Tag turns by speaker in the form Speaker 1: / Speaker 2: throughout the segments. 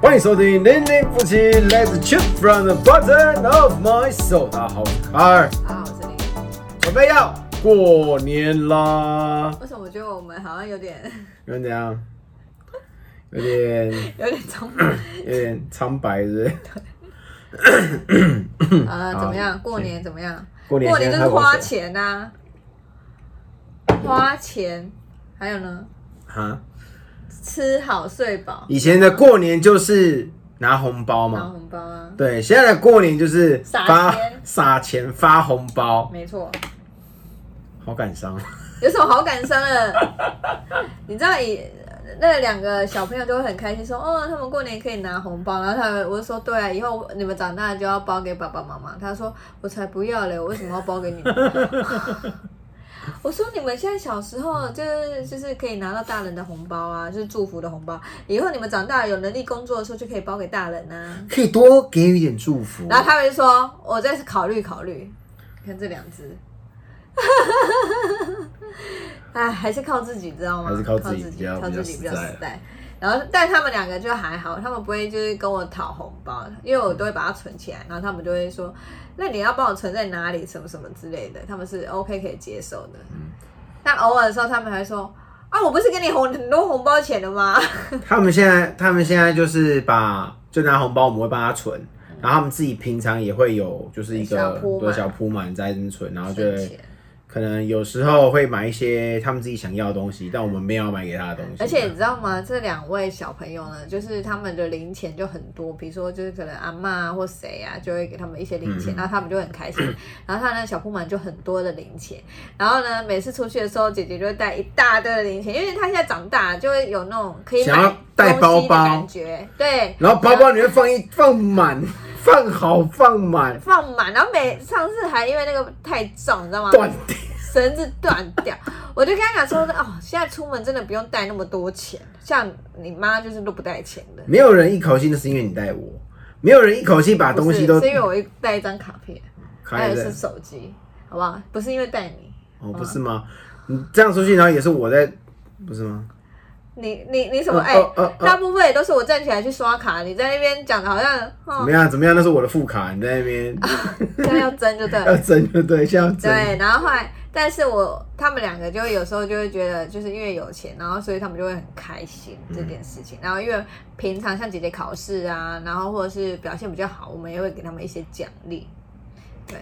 Speaker 1: 欢迎收听《零零夫妻》，Let's shoot from the bottom of my soul。大家好，我是卡尔，
Speaker 2: 好，我是林。
Speaker 1: 准备要过年啦，
Speaker 2: 为什么我觉得我们好像有点
Speaker 1: 有点怎样？有点
Speaker 2: 有点冲
Speaker 1: 有点苍白，是不是？
Speaker 2: 突？啊？怎么样？过年怎么样？
Speaker 1: 过年
Speaker 2: 过年
Speaker 1: 现在
Speaker 2: 就是
Speaker 1: 太晚
Speaker 2: 花
Speaker 1: 了
Speaker 2: 钱呐、花钱，还有呢，
Speaker 1: 哈。
Speaker 2: 吃好睡饱，
Speaker 1: 以前的过年就是拿红包
Speaker 2: 拿
Speaker 1: 嘛，
Speaker 2: 红包啊，
Speaker 1: 对，现在的过年就是
Speaker 2: 撒
Speaker 1: 发
Speaker 2: 钱
Speaker 1: 撒钱发红包，
Speaker 2: 没错。
Speaker 1: 好感伤。
Speaker 2: 有什么好感伤的？ 你知道以那两个小朋友都会很开心说，哦，他们过年可以拿红包，然后他们我就说，对啊，以后你们长大就要包给爸爸妈妈。他说，我才不要嘞，我为什么要包给你们？我说你们现在小时候就是就是可以拿到大人的红包啊，就是祝福的红包。以后你们长大有能力工作的时候就可以包给大人啊。
Speaker 1: 可以多给予一点祝福
Speaker 2: 然后他们就说，我再考虑考虑。你看这两只， 哎，还是靠自己，知道吗？
Speaker 1: 还是靠自己比
Speaker 2: 己，
Speaker 1: 较
Speaker 2: 靠自己
Speaker 1: 比
Speaker 2: 比
Speaker 1: 较
Speaker 2: 较
Speaker 1: 实在啊
Speaker 2: 实在。然后，但他们两个就还好，他们不会就是跟我讨红包，因为我都会把它存起来，然后他们就会说，那你要帮我存在哪里，什么什么之类的，他们是 OK 可以接受的。
Speaker 1: 嗯
Speaker 2: 但偶尔的时候，他们还说。啊，我不是给你红很多红包钱的吗？
Speaker 1: 他们现在，他们现在就是把就拿红包，我们会帮他存，然后他们自己平常也会有就是一
Speaker 2: 小
Speaker 1: 个
Speaker 2: 铺满
Speaker 1: 对小铺满在那边存，然后就
Speaker 2: 存
Speaker 1: 会
Speaker 2: 钱
Speaker 1: 可能有时候会买一些他们自己想要的东西，但我们没有要买给他的东西。
Speaker 2: 而且你知道吗？这两位小朋友呢，就是他们的零钱就很多，比如说就是可能阿嬷啊或谁啊，就会给他们一些零钱，
Speaker 1: 嗯
Speaker 2: 然后他们就很 开心。然后他呢，小铺满就很多的零钱，然后呢，每次出去的时候，姐姐就会带一大堆的零钱，因为她现在长大就会有那种可以
Speaker 1: 想要
Speaker 2: 买
Speaker 1: 带包
Speaker 2: 东西的
Speaker 1: 包
Speaker 2: 感觉，对，
Speaker 1: 然后包包里面放一放满， 放好放满，
Speaker 2: 放满。然后每上次还因为那个太重，你知道吗？
Speaker 1: 断掉。
Speaker 2: 绳子断掉，我就跟他讲说，哦，现在出门真的不用带那么多钱，像你妈就是都不带钱的。
Speaker 1: 没有人一口气，那是因为你带我。没有人一口气把东西都
Speaker 2: 不是是因为我一带一张卡片，还
Speaker 1: 开
Speaker 2: 有
Speaker 1: 了
Speaker 2: 是，嗯手机，好不好？不是因为带你，
Speaker 1: 哦，不是吗？你这样出去，然后也是我在，不是吗？
Speaker 2: 你你你什么？
Speaker 1: 呃
Speaker 2: 哎、
Speaker 1: 呃呃呃
Speaker 2: 大部分也都是我站起来去刷卡，你在那边讲的好像
Speaker 1: 怎
Speaker 2: 哦
Speaker 1: 么，样？怎么样？那是我的副卡，你在那边
Speaker 2: 现在要争就对
Speaker 1: 要
Speaker 2: 了。
Speaker 1: 争就对，哎现在要争。
Speaker 2: 对，然后后来，但是我他们两个就会有时候就会觉得，就是因为有钱，然后所以他们就会很开心这件事情。然后因为平常像姐姐考试啊，然后或者是表现比较好，我们也会给他们一些奖励。对，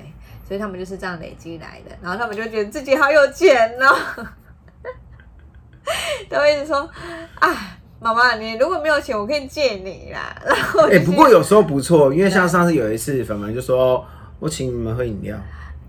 Speaker 2: 所以他们就是这样累积来的。然后他们就觉得自己好有钱哦， 都会一直说啊。妈妈，你如果没有钱，我可以借你啦。然后我
Speaker 1: 哎、
Speaker 2: 就
Speaker 1: 不
Speaker 2: 去
Speaker 1: 过有时候不错，因为像上次有一次，粉粉就说我请你们喝饮料，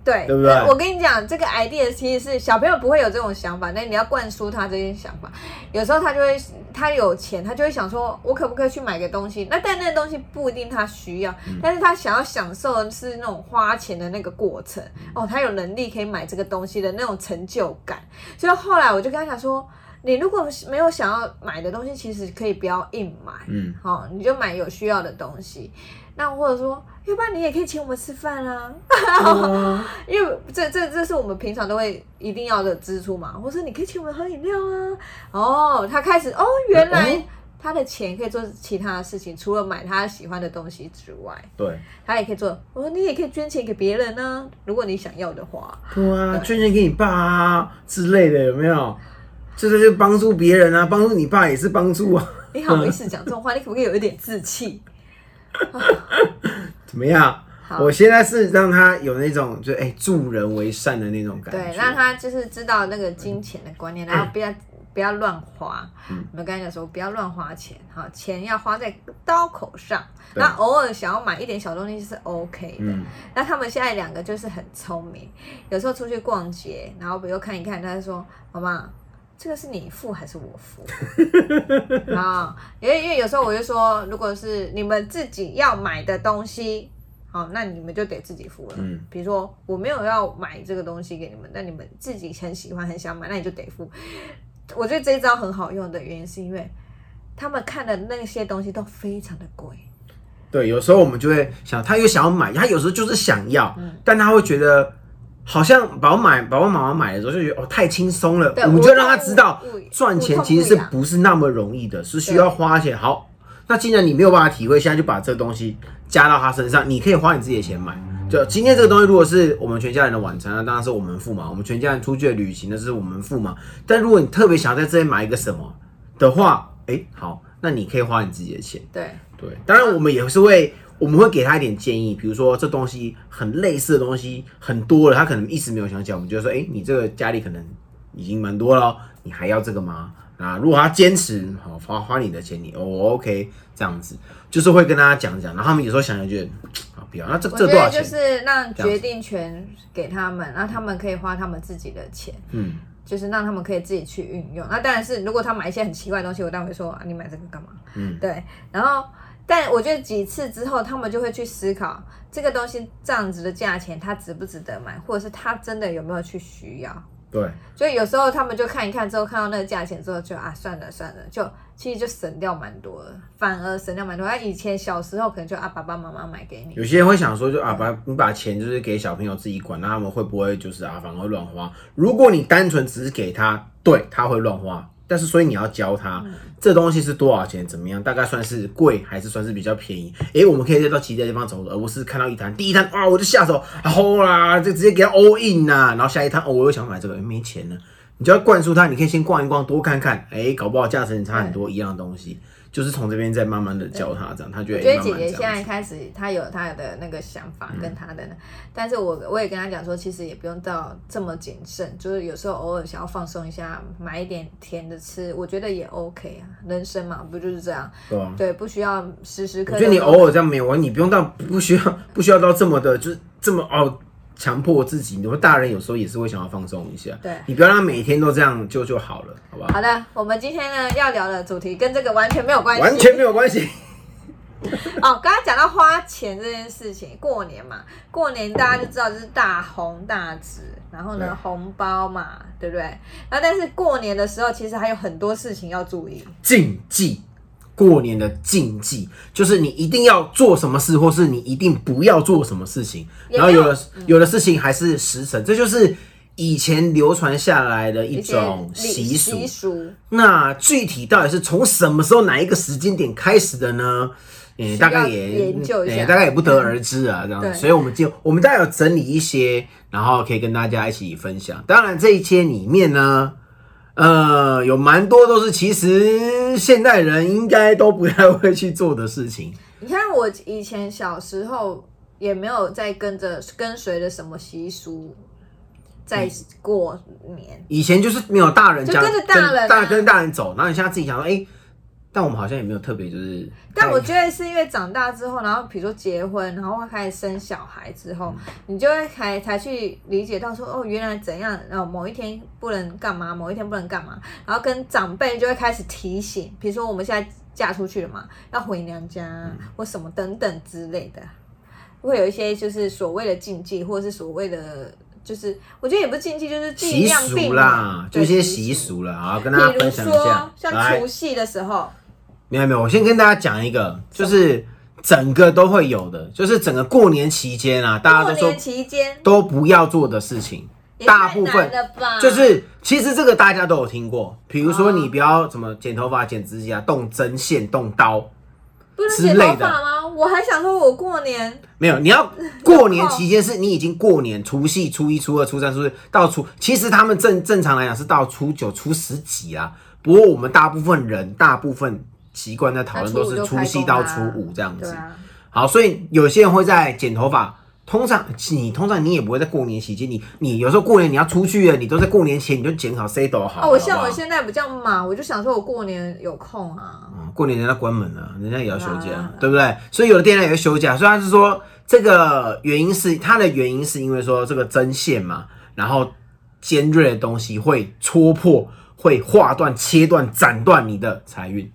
Speaker 2: 对，
Speaker 1: 对不对
Speaker 2: 我跟你讲，这个 idea 其实是小朋友不会有这种想法，但你要灌输他这些想法。有时候他就会，他有钱，他就会想说，我可不可以去买个东西？那但那个东西不一定他需要，
Speaker 1: 嗯
Speaker 2: 但是他想要享受的是那种花钱的那个过程。哦，他有能力可以买这个东西的那种成就感。所以后来我就跟他讲说，你如果没有想要买的东西，其实可以不要硬买。
Speaker 1: 嗯，
Speaker 2: 好、你就买有需要的东西。那或者说，要不然你也可以请我们吃饭啊，因为这这这是我们平常都会一定要的支出嘛。或者你可以请我们喝饮料啊。哦，他开始哦，原
Speaker 1: 哦
Speaker 2: 来他的钱可以做其他的事情，除了买他喜欢的东西之外，
Speaker 1: 对，
Speaker 2: 他也可以做。我说你也可以捐钱给别人呢、如果你想要的话。
Speaker 1: 对啊，捐钱给你爸啊之类的，有没有？就是就帮助别人啊，帮助你爸也是帮助啊，
Speaker 2: 你好意思讲这种话，你可不可以有一点志气？
Speaker 1: 怎么样？
Speaker 2: 好
Speaker 1: 我现在是让他有那种就哎、助人为善的那种感觉，嗯
Speaker 2: 对，让他就是知道那个金钱的观念，然后不要、不要乱花。我们刚才讲说，不要乱花钱，哈，钱要花在刀口上。
Speaker 1: 对
Speaker 2: 那偶尔想要买一点小东西是 OK 的。
Speaker 1: 嗯，
Speaker 2: 那他们现在两个就是很聪明，有时候出去逛街，然后比如看一看，他就说：“妈妈，这个是你付还是我付？”啊，因为因为有时候我就说，如果是你们自己要买的东西，好，那你们就得自己付了。
Speaker 1: 嗯，
Speaker 2: 比如说我没有要买这个东西给你们，那你们自己很喜欢很想买，那你就得付。我觉得这一招很好用的原因是因为他们看的那些东西都非常的贵。
Speaker 1: 对，有时候我们就会想，他又想要买，他有时候就是想要，
Speaker 2: 嗯
Speaker 1: 但他会觉得好像爸爸买爸爸妈妈买的时候就觉得哦太轻松了，
Speaker 2: 对
Speaker 1: 我们就让他知道
Speaker 2: 无痛无
Speaker 1: 赚钱
Speaker 2: 无痛
Speaker 1: 其实是
Speaker 2: 不痒
Speaker 1: 不是那么容易的，是需要花钱。好，那既然你没有办法体会，现在就把这个东西加到他身上，你可以花你自己的钱买。就今天这个东西，如果是我们全家人的晚餐，那当然是我们付嘛。我们全家人出去的旅行，那是我们付嘛。但如果你特别想要在这边买一个什么的话，哎、好，那你可以花你自己的钱。
Speaker 2: 对，
Speaker 1: 对，当然我们也是会，我们会给他一点建议，比如说这东西很类似的东西很多了，他可能一时没有想起来，我们就说，哎、你这个家里可能已经蛮多了哦，你还要这个吗？啊，如果他坚持，好花花你的钱，你我、OK 这样子，就是会跟他讲讲，然后他们有时候想想觉得，啊不要，那这
Speaker 2: 我
Speaker 1: 这
Speaker 2: 觉
Speaker 1: 多少
Speaker 2: 得就
Speaker 1: 钱？
Speaker 2: 是让
Speaker 1: 这样
Speaker 2: 决定权给他们，那他们可以花他们自己的钱，
Speaker 1: 嗯，
Speaker 2: 就是让他们可以自己去运用。那当然是如果他买一些很奇怪的东西，我当然会说、啊、你买这个干嘛？
Speaker 1: 嗯，
Speaker 2: 对。然后，但我觉得几次之后，他们就会去思考这个东西这样子的价钱，它值不值得买，或者是他真的有没有去需要。
Speaker 1: 对，
Speaker 2: 所以有时候他们就看一看之后，看到那个价钱之后就啊算了算了，就其实就省掉蛮多了，反而省掉蛮多。他以前小时候可能就啊爸爸妈妈买给你，
Speaker 1: 有些人会想说就，啊，把你把钱就是给小朋友自己管，那他们会不会就是啊，反而会乱花？如果你单纯只是给他，对他会乱花，但是所以你要教他、
Speaker 2: 嗯
Speaker 1: 这东西是多少钱，怎么样，大概算是贵还是算是比较便宜？诶、我们可以再到其他地方走走，而不是看到一摊，第一摊啊我就下手，啊吼啦，就直接给他 all in 呐、然后下一摊哦我又想买这个，诶没钱了。你就要灌输他，你可以先逛一逛，多看看，诶，搞不好价钱差很多，一样的东西，就是从这边再慢慢的教他，这样他就
Speaker 2: 我
Speaker 1: 会
Speaker 2: 觉得
Speaker 1: 慢
Speaker 2: 姐
Speaker 1: 慢
Speaker 2: 姐
Speaker 1: 这
Speaker 2: 现
Speaker 1: 样
Speaker 2: 在开始，她有她的那个想法跟
Speaker 1: 嗯
Speaker 2: 她的，那，但是我我也跟她讲说，其实也不用到这么谨慎，就是有时候偶尔想要放松一下，买一点甜的吃，我觉得也 OK 啊。人生嘛，不就是这样？
Speaker 1: 对啊
Speaker 2: 对，不需要时时刻
Speaker 1: 我
Speaker 2: 刻。
Speaker 1: 觉得你偶尔这样没有玩，你不用到不需要不需要到这么的，就是这么哦强迫自己。你们大人有时候也是会想要放松一下，
Speaker 2: 对
Speaker 1: 你不要让他每天都这样就就好了，好不好？
Speaker 2: 好的，我们今天呢要聊的主题跟这个完全没有关系，
Speaker 1: 完全没有关系。
Speaker 2: 哦，刚刚讲到花钱这件事情，过年嘛，过年大家就知道就是大红大紫，然后
Speaker 1: 对
Speaker 2: 呢红包嘛，对不对？然后但是过年的时候，其实还有很多事情要注意。
Speaker 1: 禁忌，过年的禁忌就是你一定要做什么事，或是你一定不要做什么事情。
Speaker 2: 也
Speaker 1: 然
Speaker 2: 没
Speaker 1: 后
Speaker 2: 有嗯
Speaker 1: 有的有的事情还是时辰，这就是以前流传下来的一
Speaker 2: 一些
Speaker 1: 种
Speaker 2: 礼
Speaker 1: 习俗。
Speaker 2: 习俗
Speaker 1: 那具体到底是从什么时候哪一个时间点开始的呢？嗯、
Speaker 2: 需
Speaker 1: 大
Speaker 2: 要
Speaker 1: 概也
Speaker 2: 研究一下
Speaker 1: 诶大概也不得而知啊，这样子。
Speaker 2: 对
Speaker 1: 所以我们就我们大概有整理一些，然后可以跟大家一起分享。当然这一些里面呢，呃，有蛮多都是其实现代人应该都不太会去做的事情。
Speaker 2: 你看我以前小时候也没有在跟着跟随着什么习俗
Speaker 1: 嗯
Speaker 2: 在过年，
Speaker 1: 以前就是没有大人
Speaker 2: 就
Speaker 1: 讲，
Speaker 2: 跟着大人啊
Speaker 1: 大跟大人走，然后你现在自己想说，哎、但我们好像也没有特别就是太，
Speaker 2: 但我觉得是因为长大之后，然后比如说结婚，然后开始生小孩之后，
Speaker 1: 嗯
Speaker 2: 你就会才才去理解到说，哦，原来怎样，然后某一天不能干嘛，某一天不能干嘛，然后跟长辈就会开始提醒，比如说我们现在嫁出去了嘛，要回娘家
Speaker 1: 嗯
Speaker 2: 或什么等等之类的，会有一些就是所谓的禁忌，或者是所谓的。就是我觉得也不是禁忌，就是尽
Speaker 1: 习
Speaker 2: 量避
Speaker 1: 俗
Speaker 2: 免
Speaker 1: 啦，就一些
Speaker 2: 对
Speaker 1: 习。俗啦，好跟
Speaker 2: 比
Speaker 1: 大家
Speaker 2: 如
Speaker 1: 分享一下
Speaker 2: 说，
Speaker 1: 来
Speaker 2: 像除。夕的时候，
Speaker 1: 没有没有，我先跟大家讲一个，就是整个都会有的，就是整个过年期间啊，大家
Speaker 2: 过
Speaker 1: 都说
Speaker 2: 年期间
Speaker 1: 都不要做的事情，
Speaker 2: 也
Speaker 1: 大
Speaker 2: 太
Speaker 1: 部
Speaker 2: 难
Speaker 1: 分
Speaker 2: 了吧？
Speaker 1: 就是其实这个大家都有听过，比如说
Speaker 2: 哦
Speaker 1: 你不要什么剪头发、剪指甲、动针线、动刀，
Speaker 2: 不能
Speaker 1: 之
Speaker 2: 剪
Speaker 1: 类
Speaker 2: 头
Speaker 1: 的
Speaker 2: 发吗？我还想说，我过年
Speaker 1: 没有，你要过年期间是你已经过年，除夕、初一、初二、初三、初四到初，其实他们正正常来讲是到初九、初十几啊。不过我们大部分人大部分习惯在讨论
Speaker 2: 那
Speaker 1: 都
Speaker 2: 初五
Speaker 1: 是
Speaker 2: 就
Speaker 1: 除
Speaker 2: 开
Speaker 1: 夕
Speaker 2: 工
Speaker 1: 到
Speaker 2: 啦
Speaker 1: 初五这样
Speaker 2: 对
Speaker 1: 子。
Speaker 2: 啊，
Speaker 1: 好，所以有些人会在剪头发。通常你通常你也不会在过年期间，你你有时候过年你要出去了，你都在过年前你就剪好 C 斗好了。
Speaker 2: 哦，我像
Speaker 1: 好不
Speaker 2: 我
Speaker 1: 好
Speaker 2: 现在比较忙，我就想说我过年有空啊，
Speaker 1: 嗯过年人家关门了，人家也要休假，
Speaker 2: 啊
Speaker 1: 对不对？所以有的店家也会休假，所以他是说这个原因是它的原因是因为说这个针线嘛，然后尖锐的东西会戳破、会划断、切断、斩断你的财运，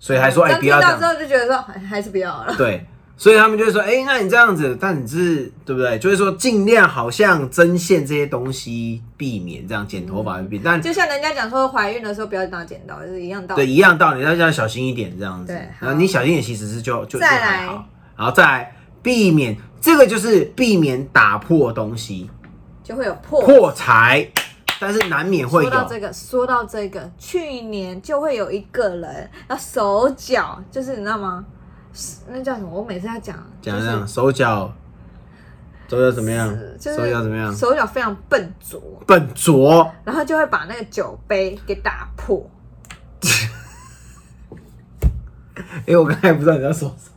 Speaker 1: 所以还说哎、
Speaker 2: 刚
Speaker 1: 不
Speaker 2: 听
Speaker 1: 要这
Speaker 2: 嗯到
Speaker 1: 样
Speaker 2: 之。后就觉得说 哎还是不要了。
Speaker 1: 对，所以他们就会说，哎、那你这样子，但你是对不对？就是说尽量好像针线这些东西避免这样剪头发会避免，但
Speaker 2: 就像人家讲说，怀孕的时候不要拿剪刀，就是一样道
Speaker 1: 对
Speaker 2: 理。
Speaker 1: 一样道理，要要小心一点这样子
Speaker 2: 对。
Speaker 1: 然
Speaker 2: 好
Speaker 1: 后你小心点，其实是就就就
Speaker 2: 再
Speaker 1: 还
Speaker 2: 来
Speaker 1: 好，然后再来避免这个就是避免打破东西
Speaker 2: 就会有破
Speaker 1: 破财。但是难免会
Speaker 2: 说到
Speaker 1: 有。
Speaker 2: 这个，说到这个，去年就会有一个人，他手脚就是你知道吗？是那叫什么？我每次要讲，
Speaker 1: 讲
Speaker 2: 就
Speaker 1: 这
Speaker 2: 是
Speaker 1: 样，手脚，手脚怎么样？
Speaker 2: 就是
Speaker 1: 手脚怎么样？
Speaker 2: 手脚非常笨拙，
Speaker 1: 笨拙，
Speaker 2: 然后就会把那个酒杯给打破。
Speaker 1: 因为我刚才不知道你在说什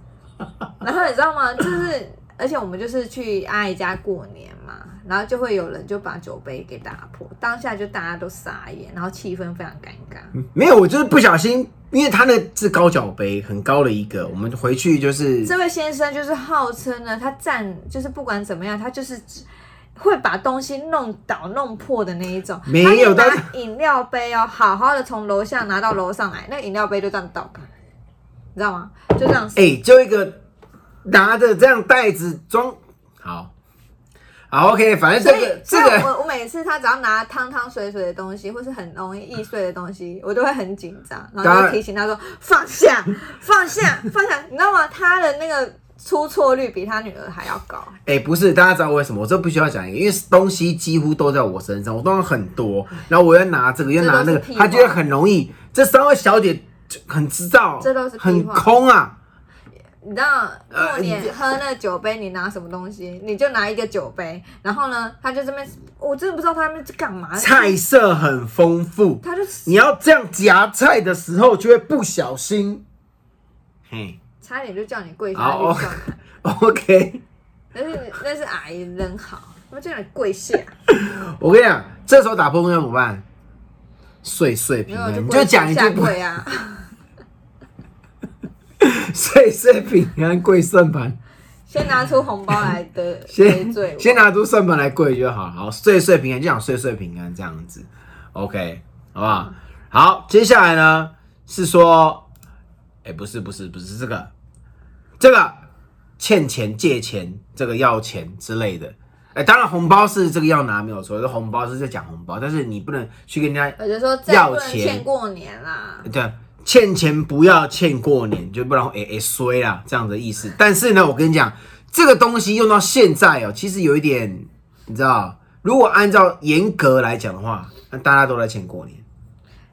Speaker 1: 么。
Speaker 2: 然后你知道吗？就是，而且我们就是去阿姨家过年嘛，然后就会有人就把酒杯给打破，当下就大家都傻眼，然后气氛非常尴尬。
Speaker 1: 没有，我就是不小心，因为他那个是高脚杯，很高的一个，我们回去就是
Speaker 2: 这位先生就是号称呢，他站就是不管怎么样，他就是只会把东西弄倒、弄破的那一种。
Speaker 1: 没有
Speaker 2: 他就
Speaker 1: 但
Speaker 2: 拿饮料杯哦，好好的从楼下拿到楼上来，那个饮料杯就这样倒开，你知道吗？就这样。
Speaker 1: 哎、就一个拿着这样袋子装，好，好，OK，反正
Speaker 2: 所
Speaker 1: 这
Speaker 2: 以，
Speaker 1: 个
Speaker 2: 所
Speaker 1: 这
Speaker 2: 以
Speaker 1: 个
Speaker 2: 我我每次他只要拿汤汤水水的东西，或是很容易易碎的东西，我都会很紧张，然后
Speaker 1: 当
Speaker 2: 就
Speaker 1: 然
Speaker 2: 提醒他说放下，放下， 放下。你知道吗？他的那个出错率比他女儿还要高。
Speaker 1: 哎、不是，大家知道为什么？我这必须要讲一个，因为东西几乎都在我身上，我东西很多，然后我要拿这个，又拿那
Speaker 2: 嗯这
Speaker 1: 个
Speaker 2: 都是屁，话
Speaker 1: 他觉得很容易，这三位小姐就很知道，
Speaker 2: 这都是屁话
Speaker 1: 很空啊，
Speaker 2: 你知道
Speaker 1: 呃
Speaker 2: 过年
Speaker 1: 你
Speaker 2: 喝那酒杯，你拿什么东西？你就拿一个酒杯，然后呢，他就这边，我真的不知道他们在干嘛。
Speaker 1: 菜色很丰富，
Speaker 2: 他就
Speaker 1: 你要这样夹菜的时候就会不小心，嘿
Speaker 2: 差点就叫你跪下去
Speaker 1: 好哦
Speaker 2: 叫你，
Speaker 1: ，OK。
Speaker 2: 但是那是阿姨人好，他叫你 跪下。
Speaker 1: 我跟你讲，这时候打破东西要怎么办？碎碎
Speaker 2: 没
Speaker 1: 平
Speaker 2: 有
Speaker 1: 安，你
Speaker 2: 不
Speaker 1: 就
Speaker 2: 会
Speaker 1: 讲一
Speaker 2: 下
Speaker 1: 句不
Speaker 2: 跪啊。
Speaker 1: 碎碎平安跪圣 盘，
Speaker 2: 先拿出红包来得 得
Speaker 1: 先
Speaker 2: 罪
Speaker 1: 先拿出圣盘来跪就好。好，碎碎平安就讲碎碎平安这样子，OK，好不
Speaker 2: 嗯
Speaker 1: 好？好，接下来呢是说，哎、不是不是不是这个，这个欠钱借钱，这个要钱之类的。哎、当然红包是这个要拿没有错，这红包是在讲红包，但是你不能去跟人家
Speaker 2: 我，我就说再
Speaker 1: 要
Speaker 2: 不能
Speaker 1: 钱
Speaker 2: 欠过年啦。
Speaker 1: 对啊，欠钱不要欠过年，就不然会会衰啦，这样的意思。但是呢，我跟你讲，这个东西用到现在哦，其实有一点，你知道，如果按照严格来讲的话，那大家都在欠过年，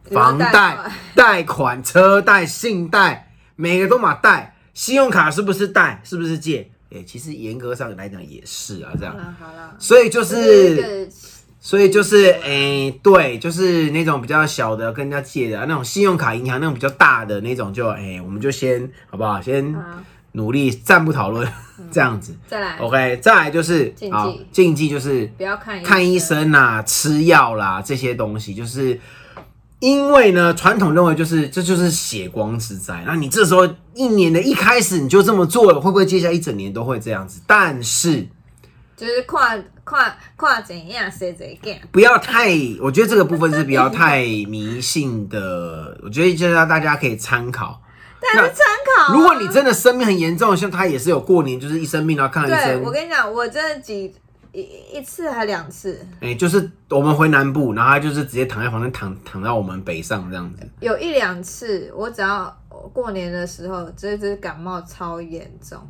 Speaker 2: 你说
Speaker 1: 房贷
Speaker 2: 贷款、
Speaker 1: 贷款、车贷、信贷，每个都嘛贷，信用卡是不是贷？是不是借？哎、其实严格上来讲也是啊，这样
Speaker 2: 好。啦好啦，
Speaker 1: 所以就
Speaker 2: 这
Speaker 1: 是
Speaker 2: 一个
Speaker 1: 所以就是，诶、对，就是那种比较小的跟人家借的，啊那种信用卡银行那种比较大的那种就，诶、我们就先好不好？先
Speaker 2: 好
Speaker 1: 努力，暂不讨论这样子。
Speaker 2: 再来，
Speaker 1: OK，再来就是
Speaker 2: 禁忌
Speaker 1: 好禁忌就是
Speaker 2: 不要看
Speaker 1: 看医生啦、吃药啦这些东西，就是因为呢，传统认为就是这就是血光之灾。那你这时候一年的一开始你就这么做了，会不会接下来一整年都会这样子？但是
Speaker 2: 就是跨跨跨怎样谁怎样。
Speaker 1: 不要太，我觉得这个部分是比较太迷信的，我觉得就是让大家可以参考。
Speaker 2: 但是参考啊、
Speaker 1: 如果你真的生病很严重，像他也是有过年就是一生病然后看了医
Speaker 2: 对我
Speaker 1: 生，
Speaker 2: 跟你讲，我真的几一一次还两次，
Speaker 1: 哎、就是我们回南部，然后他就是直接躺在房间躺躺到我们北上这样子。
Speaker 2: 有一两次，我只要我过年的时候，这只感冒超严重。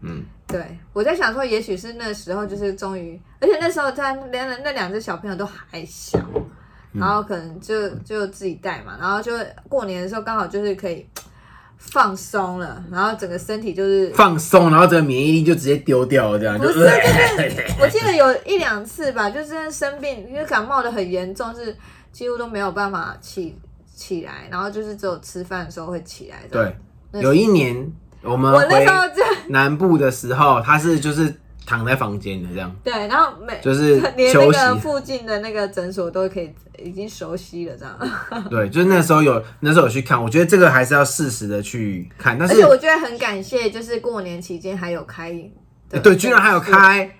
Speaker 1: 嗯，
Speaker 2: 对，我在想说，也许是那时候就是终于，而且那时候他连那两只小朋友都还小，然后可能就就自己带嘛，然后就过年的时候刚好就是可以放松了，然后整个身体就是，
Speaker 1: 放松，然后这个免疫力就直接丢掉了，这样就
Speaker 2: 不是就是我记得有一两次吧，就是真的生病，因为感冒的很严重，是几乎都没有办法起起来，然后就是只有吃饭的时候会起来。，
Speaker 1: 对，
Speaker 2: 那
Speaker 1: 有一年我们
Speaker 2: 我那
Speaker 1: 回
Speaker 2: 时候就
Speaker 1: 南部的时候，他是就是躺在房间的这样，
Speaker 2: 对，然后每
Speaker 1: 就是
Speaker 2: 连那
Speaker 1: 休息
Speaker 2: 个附近的那个诊所都可以已经熟悉了这样。
Speaker 1: 对，就是那时候有那时候有去看，我觉得这个还是要适时的去看，但
Speaker 2: 而
Speaker 1: 是
Speaker 2: 且我觉得很感谢，就是过年期间还有开的，
Speaker 1: 欸对，居然还有，开，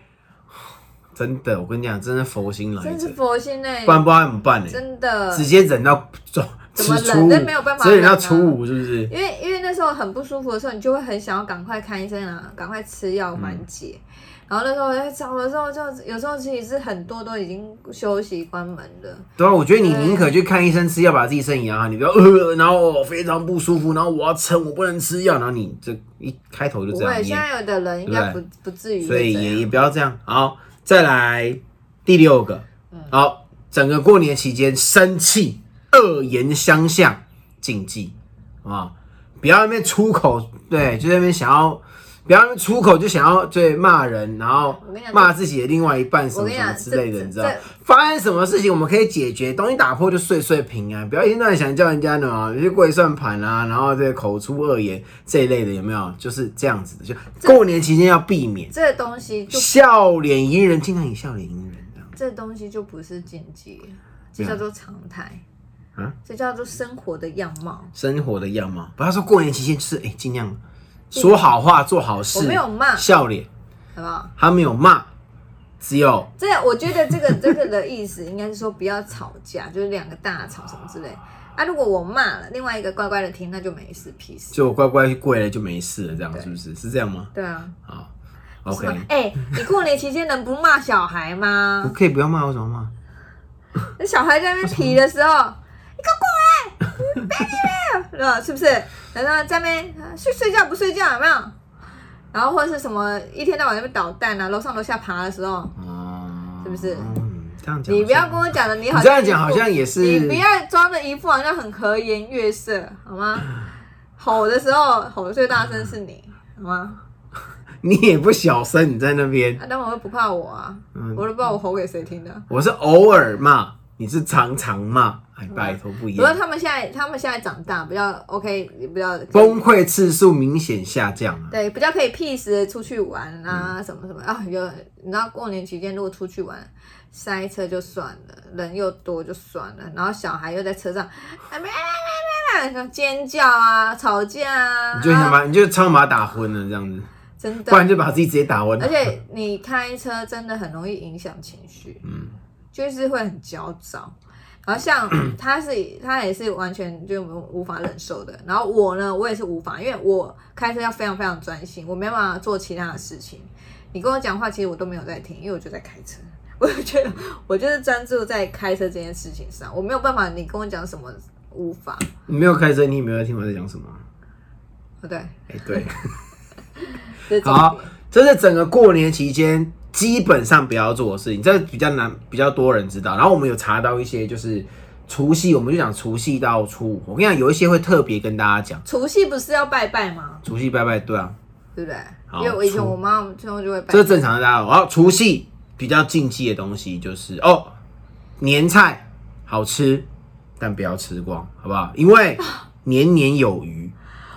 Speaker 1: 真的，我跟你讲，真的佛心来
Speaker 2: 真
Speaker 1: 着
Speaker 2: 是，佛心呢、
Speaker 1: 不然不知道怎么办呢、
Speaker 2: 真的
Speaker 1: 直。接忍到走，
Speaker 2: 怎么
Speaker 1: 吃
Speaker 2: 忍
Speaker 1: 初五，
Speaker 2: 这没有办法
Speaker 1: 直接忍到
Speaker 2: 忍啊
Speaker 1: 初五是不是？
Speaker 2: 因为因为那时候很不舒服的时候，你就会很想要赶快看医生啊，赶快吃药缓解。
Speaker 1: 嗯
Speaker 2: 然后那时候在找的时候就，有时候其实是很多都已经休息关门了。
Speaker 1: 对啊，我觉得你
Speaker 2: 对
Speaker 1: 宁可去看医生吃药，把自己身体养好，你不要呃，然后我非常不舒服，然后我要撑，我不能吃药，然后你这一开头就
Speaker 2: 不
Speaker 1: 这样
Speaker 2: 会，
Speaker 1: 你
Speaker 2: 现
Speaker 1: 也，
Speaker 2: 在有的人应该不
Speaker 1: 对
Speaker 2: 不至于
Speaker 1: 所
Speaker 2: 会
Speaker 1: 以
Speaker 2: 这
Speaker 1: 也
Speaker 2: 样。嗯
Speaker 1: 也不要这样。好，再来第六个，好，整个过年期间生气、恶言相向，禁忌啊！不要在那边出口，对，就在那边想要，不要在那边出口就想要对骂人，然后
Speaker 2: 我跟你讲
Speaker 1: 骂自己的另外一半什
Speaker 2: 我
Speaker 1: 么
Speaker 2: 跟你
Speaker 1: 什么
Speaker 2: 讲
Speaker 1: 之类的，
Speaker 2: 这
Speaker 1: 你知道
Speaker 2: 这？
Speaker 1: 发生什么事情我们可以解决，东西打破就碎碎平安，不要一天到晚想叫人家呢，有些跪算盘啊，然后这口出恶言这一类的，有没有？就是这样子的，就过年期间要避免。
Speaker 2: 这个东西就
Speaker 1: 笑脸迎人，尽量以笑脸迎人这样
Speaker 2: 这东西就不是禁忌，这
Speaker 1: 对啊
Speaker 2: 叫做常态，
Speaker 1: 啊，
Speaker 2: 这叫做生活的样貌。
Speaker 1: 生活的样貌。不要说过年期间就是哎，尽、量说好话，做好事。
Speaker 2: 我没有骂
Speaker 1: 笑脸，
Speaker 2: 好不好？
Speaker 1: 他没有骂，只有
Speaker 2: 这我觉得这个这个的意思应该是说不要吵架， 就是两个大吵什么之类。啊，如果我骂了另外一个乖乖的听，那就没事，peace。
Speaker 1: 就乖乖跪了就没事了，这样
Speaker 2: 对
Speaker 1: 是不是？是这样吗？
Speaker 2: 对啊，
Speaker 1: 好
Speaker 2: 什
Speaker 1: ，OK，
Speaker 2: 么哎、你过年期间能不骂小孩
Speaker 1: 我
Speaker 2: 吗？
Speaker 1: 可以不要骂，为什么骂？
Speaker 2: 那小孩在那边皮的时候，你给 我过来，嗯 baby，是不是？然后在那边啊睡睡觉不睡觉有没有？然后或者是什么一天到晚在那边捣蛋啊，楼上楼下爬的时候，
Speaker 1: 哦、
Speaker 2: 是不是
Speaker 1: 嗯，这样讲，
Speaker 2: 你不要跟我讲的，你好
Speaker 1: 你
Speaker 2: 像
Speaker 1: 这样讲，
Speaker 2: 一副
Speaker 1: 好像也
Speaker 2: 你
Speaker 1: 是。
Speaker 2: 不要装的一副好像很和颜悦色，好吗？吼的时候吼的最大声是你，好吗？
Speaker 1: 你也不小声，你在那边。
Speaker 2: 啊，当然我会不怕我啊，
Speaker 1: 嗯
Speaker 2: 我都不知道我吼给谁听的。
Speaker 1: 我是偶尔骂，你是常常骂，哎，拜托不一
Speaker 2: 不过
Speaker 1: 样。
Speaker 2: 他们现在，他们现在长大，比较 OK，比较
Speaker 1: 崩溃次数明显下降啊！
Speaker 2: 对，比较可以 peace 地出去玩啊，什么什么啊。有你知道过年期间如果出去玩，塞车就算了，人又多就算了，然后小孩又在车上，啊，咩咩咩咩咩，尖叫啊，吵架啊，
Speaker 1: 你就想把你就超马打昏了这样子，
Speaker 2: 真的
Speaker 1: 不。然就把自己直接打昏。
Speaker 2: 而且你开车真的很容易影响情绪，
Speaker 1: 嗯，
Speaker 2: 就是会很焦躁。然 后像他是他也是完全就无法忍受的。然后我呢，我也是无法，因为我开车要非常非常专心，我没办法做其他的事情。你跟我讲话，其实我都没有在听，因为我就在开车。我就觉得我就是专注在开车这件事情上，我没有办法。你跟我讲什么无法，
Speaker 1: 你没有开车，你也没有在听我在讲什么啊。
Speaker 2: 哦对，
Speaker 1: 哎、对，
Speaker 2: 这是重
Speaker 1: 好
Speaker 2: 点。
Speaker 1: 这是整个过年期间基本上不要做的事情，这比较难，比较多人知道。然后我们有查到一些，就是除夕，我们就讲除夕到初五。我跟你讲，有一些会特别跟大家讲，
Speaker 2: 除夕不是要拜拜吗？
Speaker 1: 除夕拜拜，对啊，
Speaker 2: 对不对？
Speaker 1: 好
Speaker 2: 因为我以前
Speaker 1: 除
Speaker 2: 我妈最后就会拜
Speaker 1: 这是正常的，大家有。然后除夕比较禁忌的东西就是哦，年菜好吃，但不要吃光，好不好？因为年年有余。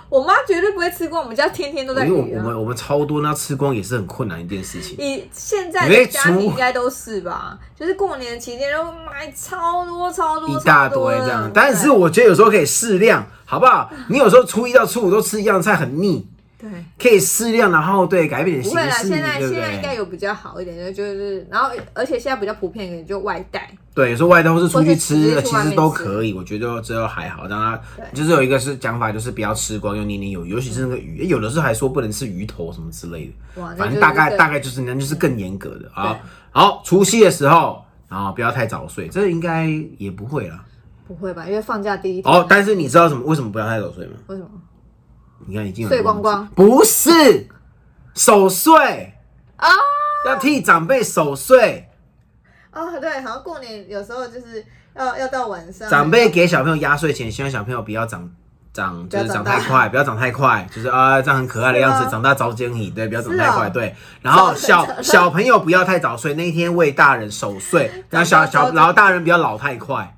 Speaker 2: 我妈绝对不会吃光，我们家天天都
Speaker 1: 因
Speaker 2: 在
Speaker 1: 为我
Speaker 2: 鱼
Speaker 1: 我
Speaker 2: 啊。
Speaker 1: 们我们超多，那吃光也是很困难一件事情。
Speaker 2: 你现在
Speaker 1: 你
Speaker 2: 的
Speaker 1: 会
Speaker 2: 家庭
Speaker 1: 除
Speaker 2: 应该都是吧？就是过年期间，然后买超多超多
Speaker 1: 一大
Speaker 2: 超多
Speaker 1: 堆
Speaker 2: 的
Speaker 1: 这样。但是我觉得有时候可以适量，好不好？你有时候初一到初五都吃一样的菜很腻，
Speaker 2: 对，对
Speaker 1: 可以适量，然后对改变点
Speaker 2: 不
Speaker 1: 形
Speaker 2: 会啦，
Speaker 1: 式，
Speaker 2: 现在
Speaker 1: 对不
Speaker 2: 现在应该
Speaker 1: 对？
Speaker 2: 有比较好一点，就就是，然后而且现在比较普遍一点，就外带，
Speaker 1: 对，有时候外带或是出去吃，
Speaker 2: 或
Speaker 1: 呃
Speaker 2: 是直接去
Speaker 1: 其
Speaker 2: 外面
Speaker 1: 实
Speaker 2: 吃
Speaker 1: 都可以。我觉得这都还好，让它就是有一个是讲法，就是不要吃光，又年年有余，尤其是那个鱼，有的时候还说不能吃鱼头什么之类的。
Speaker 2: 哇，哦那
Speaker 1: 反
Speaker 2: 就
Speaker 1: 正
Speaker 2: 是
Speaker 1: 大概
Speaker 2: 更
Speaker 1: 大概就是那就是更严格的啊。好，除夕的时候。然后不要太早睡，这应该也不会啦。
Speaker 2: 不会吧？因为放假第一天，
Speaker 1: 哦，但是你知道什么为什么不要太早睡吗？
Speaker 2: 为什么？
Speaker 1: 你看已经有
Speaker 2: 睡光光，
Speaker 1: 不是守岁
Speaker 2: 啊
Speaker 1: 要替长辈守岁，
Speaker 2: 哦，对，好像过年有时候就是要要到晚上，
Speaker 1: 长辈给小朋友压岁钱，希望小朋友不要长长，就是长太快，不要长太快，就是啊这样很可爱的样
Speaker 2: 是
Speaker 1: 子，
Speaker 2: 吗
Speaker 1: 长大早点你，对，不要长太
Speaker 2: 是哦
Speaker 1: 快，对。然后
Speaker 2: 早
Speaker 1: 小小朋友不要太早睡，那一天为大人守岁，然后小
Speaker 2: 长
Speaker 1: 小
Speaker 2: 大早点
Speaker 1: 然后大人不要老太快，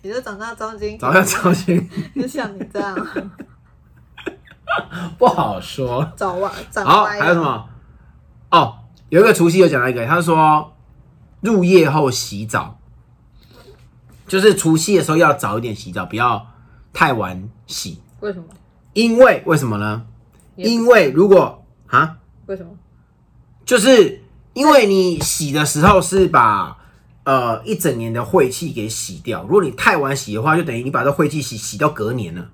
Speaker 2: 你就长大招金，
Speaker 1: 早要早醒
Speaker 2: 就像你这样
Speaker 1: 不好说。
Speaker 2: 早晚长
Speaker 1: 好，
Speaker 2: 歪
Speaker 1: 还有
Speaker 2: 了
Speaker 1: 什么？哦，有一个除夕有讲到一个，他说入夜后洗澡，就是除夕的时候要早一点洗澡，不要太晚洗，
Speaker 2: 为什么？
Speaker 1: 因为为什么呢？
Speaker 2: 也不
Speaker 1: 因为如果啊，
Speaker 2: 为什么？
Speaker 1: 就是因为你洗的时候是把。呃，一整年的晦气给洗掉。如果你太晚洗的话，就等于你把这晦气洗洗到隔年了。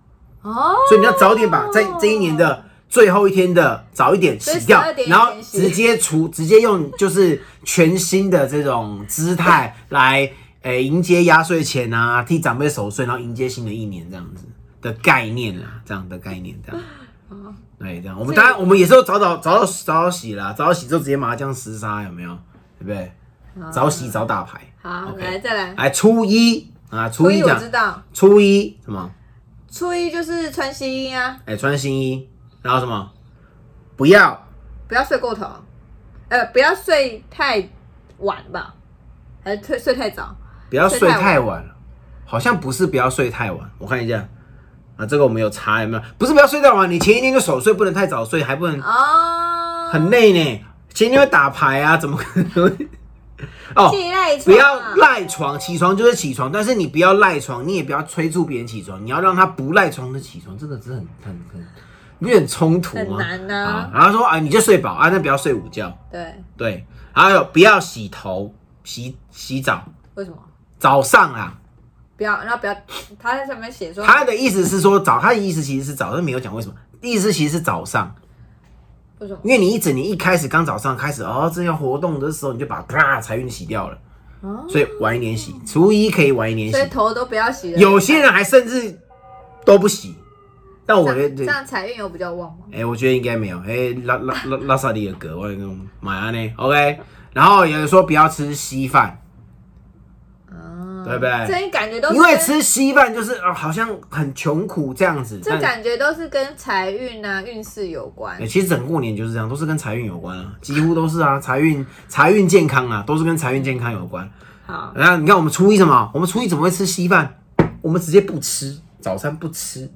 Speaker 2: 哦，
Speaker 1: 所以你要早点把在这一年的最后一天的早一点洗掉
Speaker 2: 所以12点，以前
Speaker 1: 然后
Speaker 2: 洗
Speaker 1: 直接除，直接用就是全新的这种姿 态来，呃、迎接压岁钱啊，替长辈守岁，然后迎接新的一年这样子的概念啊，这样的概念这样。
Speaker 2: 哦
Speaker 1: 对，这样我们当然我们也是有早早早早早洗啦，早洗就直接麻将厮杀有没有？对不对？早洗早打牌，
Speaker 2: 好
Speaker 1: OK
Speaker 2: 来再来。
Speaker 1: 哎，初一啊，初
Speaker 2: 初
Speaker 1: 一
Speaker 2: 一我
Speaker 1: 讲
Speaker 2: 知道，
Speaker 1: 初一什么？
Speaker 2: 初一就是穿新衣啊，
Speaker 1: 哎，穿新衣，然后什么？不要
Speaker 2: 不要睡过头，呃，不要睡太晚吧，还是睡睡太早？
Speaker 1: 不要睡
Speaker 2: 睡太
Speaker 1: 太晚了，好像不是不要睡太晚，我看一下。啊，这个我们有查有没有？不是不要睡太晚，你前一天就守岁，不能太早睡，还不能
Speaker 2: 哦，
Speaker 1: 很累呢。前一天会打牌啊，怎么可能会？哦，
Speaker 2: 气赖床啊
Speaker 1: 不要赖床，起床就是起床，但是你不要赖床，你也不要催促别人起床，你要让他不赖床的起床，这个是很很很，你不是很冲突吗？
Speaker 2: 很难呐
Speaker 1: 然后说啊，你就睡饱啊，那不要睡午觉，
Speaker 2: 对，
Speaker 1: 对，还有不要洗头、洗洗澡，
Speaker 2: 为什么？
Speaker 1: 早上啊，
Speaker 2: 不要，然后不要，他在上面写说，
Speaker 1: 他的意思是说早，他的意思其实是早，但没有讲为什么，意思其实是早上，
Speaker 2: 为什么？
Speaker 1: 因为你一整年一开始刚早上开始哦，正要活动的时候，你就把啪财运洗掉了，
Speaker 2: 哦，
Speaker 1: 所以晚一点洗，初一可以晚一点洗
Speaker 2: 所以，头都不要洗了。
Speaker 1: 有些人还甚至都不洗，但我觉得，
Speaker 2: 这样财运有比较旺吗？
Speaker 1: 哎、我觉得应该没有，哎、拉拉拉拉萨里的歌，我那种买安呢，OK，然后有人说不要吃稀饭，
Speaker 2: 啊，
Speaker 1: 对不对
Speaker 2: 这感觉都是
Speaker 1: 因为
Speaker 2: 跟
Speaker 1: 吃稀饭就是啊、好像很穷苦这样子，
Speaker 2: 这
Speaker 1: 但
Speaker 2: 感觉都是跟财运啊、运势有关
Speaker 1: 欸，。其实整过年就是这样，都是跟财运有关啊，几乎都是啊，财运、财运健康啊，都是跟财运健康有关。
Speaker 2: 好，
Speaker 1: 然后你看我们初一什么？我们初一怎么会吃稀饭？我们直接不吃早餐，不吃，因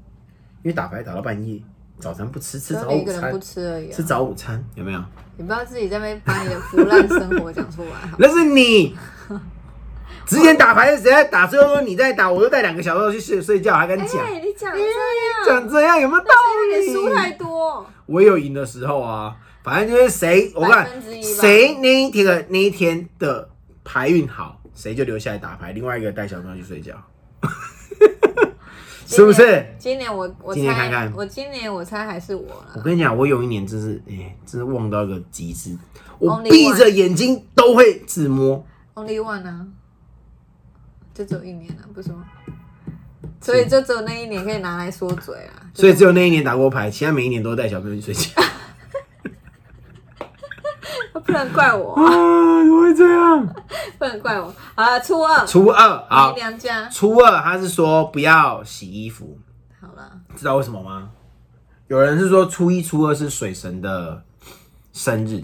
Speaker 1: 为打牌打到半夜，早餐不吃，吃
Speaker 2: 只
Speaker 1: 早
Speaker 2: 有你一
Speaker 1: 午
Speaker 2: 个人不
Speaker 1: 餐，
Speaker 2: 吃而已、啊
Speaker 1: 吃。早午餐有没有？。
Speaker 2: 你不要自己在那边把你的腐烂生活讲出来好
Speaker 1: 那是你。之前打牌是谁在打？最后说你在打，我又带两个小朋友去睡睡觉，还敢
Speaker 2: 哎、
Speaker 1: 讲
Speaker 2: 你讲这样，
Speaker 1: 讲这样有没有道
Speaker 2: 那
Speaker 1: 理？
Speaker 2: 你输太多。
Speaker 1: 我也有赢的时候啊，反正就是谁，我看
Speaker 2: 1%吧
Speaker 1: 谁那一天的那一天的牌运好，谁就留下来打牌，另外一个带小朋友去睡 觉， 是不是？
Speaker 2: 今年我我
Speaker 1: 今年
Speaker 2: 猜
Speaker 1: 看看
Speaker 2: 我今年我猜还是我
Speaker 1: 我
Speaker 2: 了。
Speaker 1: 跟你讲，我有一年真是，哎、真是忘到一个极致，我
Speaker 2: Only one
Speaker 1: 闭着眼睛都会自摸，
Speaker 2: Only one 啊，就只有一年啊，不是吗？所以就只有那一年可以拿来说嘴啊。
Speaker 1: 所以
Speaker 2: 就
Speaker 1: 只有那一年打过牌，其他每一年都带小朋友去睡 觉。
Speaker 2: 哦不能怪我，
Speaker 1: 啊，怎么会这样？
Speaker 2: 不能怪我。好了，初二
Speaker 1: 初二
Speaker 2: 回
Speaker 1: 好，
Speaker 2: 娘家。
Speaker 1: 初二他是说不要洗衣服，
Speaker 2: 好了，
Speaker 1: 知道为什么吗？有人是说初一、初二是水神的生日。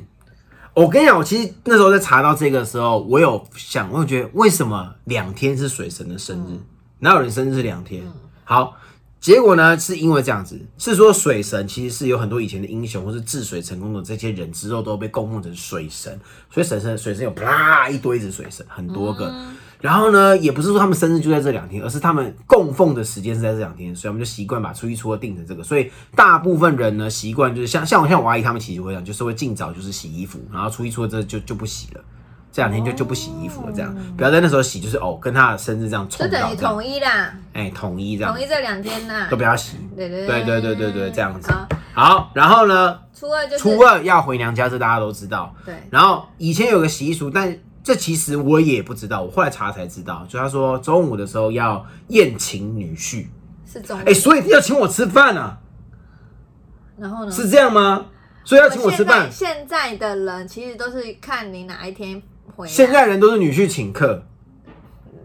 Speaker 1: 我跟你讲，我其实那时候在查到这个的时候，我有想，我有觉得为什么两天是水神的生日？哪有人生日是两天？好，结果呢是因为这样子，是说水神其实是有很多以前的英雄或是治水成功的这些人之后都被供奉成水神，所以水神水神有啪一堆子水神，很多个。
Speaker 2: 嗯
Speaker 1: 然后呢，也不是说他们生日就在这两天，而是他们供奉的时间是在这两天，所以我们就习惯把初一初二定成这个。所以大部分人呢，习惯就是像像我像我阿姨他们其实会这样，就是会尽早就是洗衣服，然后初一初二这就就不洗了，这两天就就不洗衣服了，这样不要在那时候洗，就是哦跟他的生日这样
Speaker 2: 哦就
Speaker 1: 冲
Speaker 2: 等
Speaker 1: 到
Speaker 2: 于
Speaker 1: 这样，
Speaker 2: 统一啦，
Speaker 1: 哎统一这样
Speaker 2: 统一这两天啦
Speaker 1: 都。不要洗。
Speaker 2: 对对
Speaker 1: 对对对对对，这样子
Speaker 2: 好。
Speaker 1: 好，然后呢，
Speaker 2: 初二就是
Speaker 1: 初二要回娘家，这大家都知道。
Speaker 2: 对，
Speaker 1: 然后以前有个习俗，但这其实我也不知道，我后来查才知道，就他说中午的时候要宴请女婿，
Speaker 2: 是中午。
Speaker 1: 哎、所以要请我吃饭啊，
Speaker 2: 然后呢？
Speaker 1: 是这样吗？所以要请我吃饭。
Speaker 2: 现在现在的人其实都是看你哪一天回来。
Speaker 1: 现在人都是女婿请客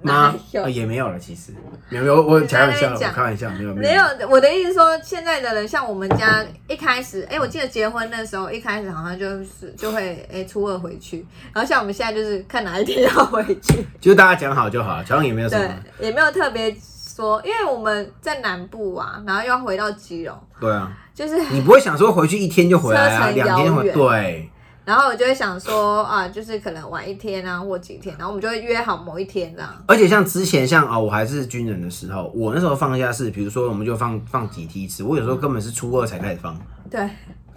Speaker 1: 吗
Speaker 2: 哪？有
Speaker 1: 呃也没有了，其实没有没有，我我
Speaker 2: 你
Speaker 1: 开
Speaker 2: 在那
Speaker 1: 玩
Speaker 2: 边
Speaker 1: 笑，我
Speaker 2: 讲
Speaker 1: 开玩笑，没有
Speaker 2: 没有，我的意思说，现在的人像我们家一开始，哎、我记得结婚的时候，一开始好像就是就会哎、初二回去，然后像我们现在就是看哪一天要回 去，
Speaker 1: 就是大家讲好就好，好像也没有什
Speaker 2: 对
Speaker 1: 么。，
Speaker 2: 也没有特别说，因为我们在南部啊，然后又要回到基隆，
Speaker 1: 对啊，
Speaker 2: 就是
Speaker 1: 你不会想说回去一天就回来
Speaker 2: 车
Speaker 1: 啊，
Speaker 2: 程
Speaker 1: 两天
Speaker 2: 遥
Speaker 1: 回
Speaker 2: 远
Speaker 1: 对。
Speaker 2: 然后我就会想说啊，就是可能晚一天啊，或几天，然后我们就会约好某一天这样。
Speaker 1: 而且像之前像啊、我还是军人的时候，我那时候放假是，比如说我们就放放几梯次，我有时候根本是初二才开始放，
Speaker 2: 对，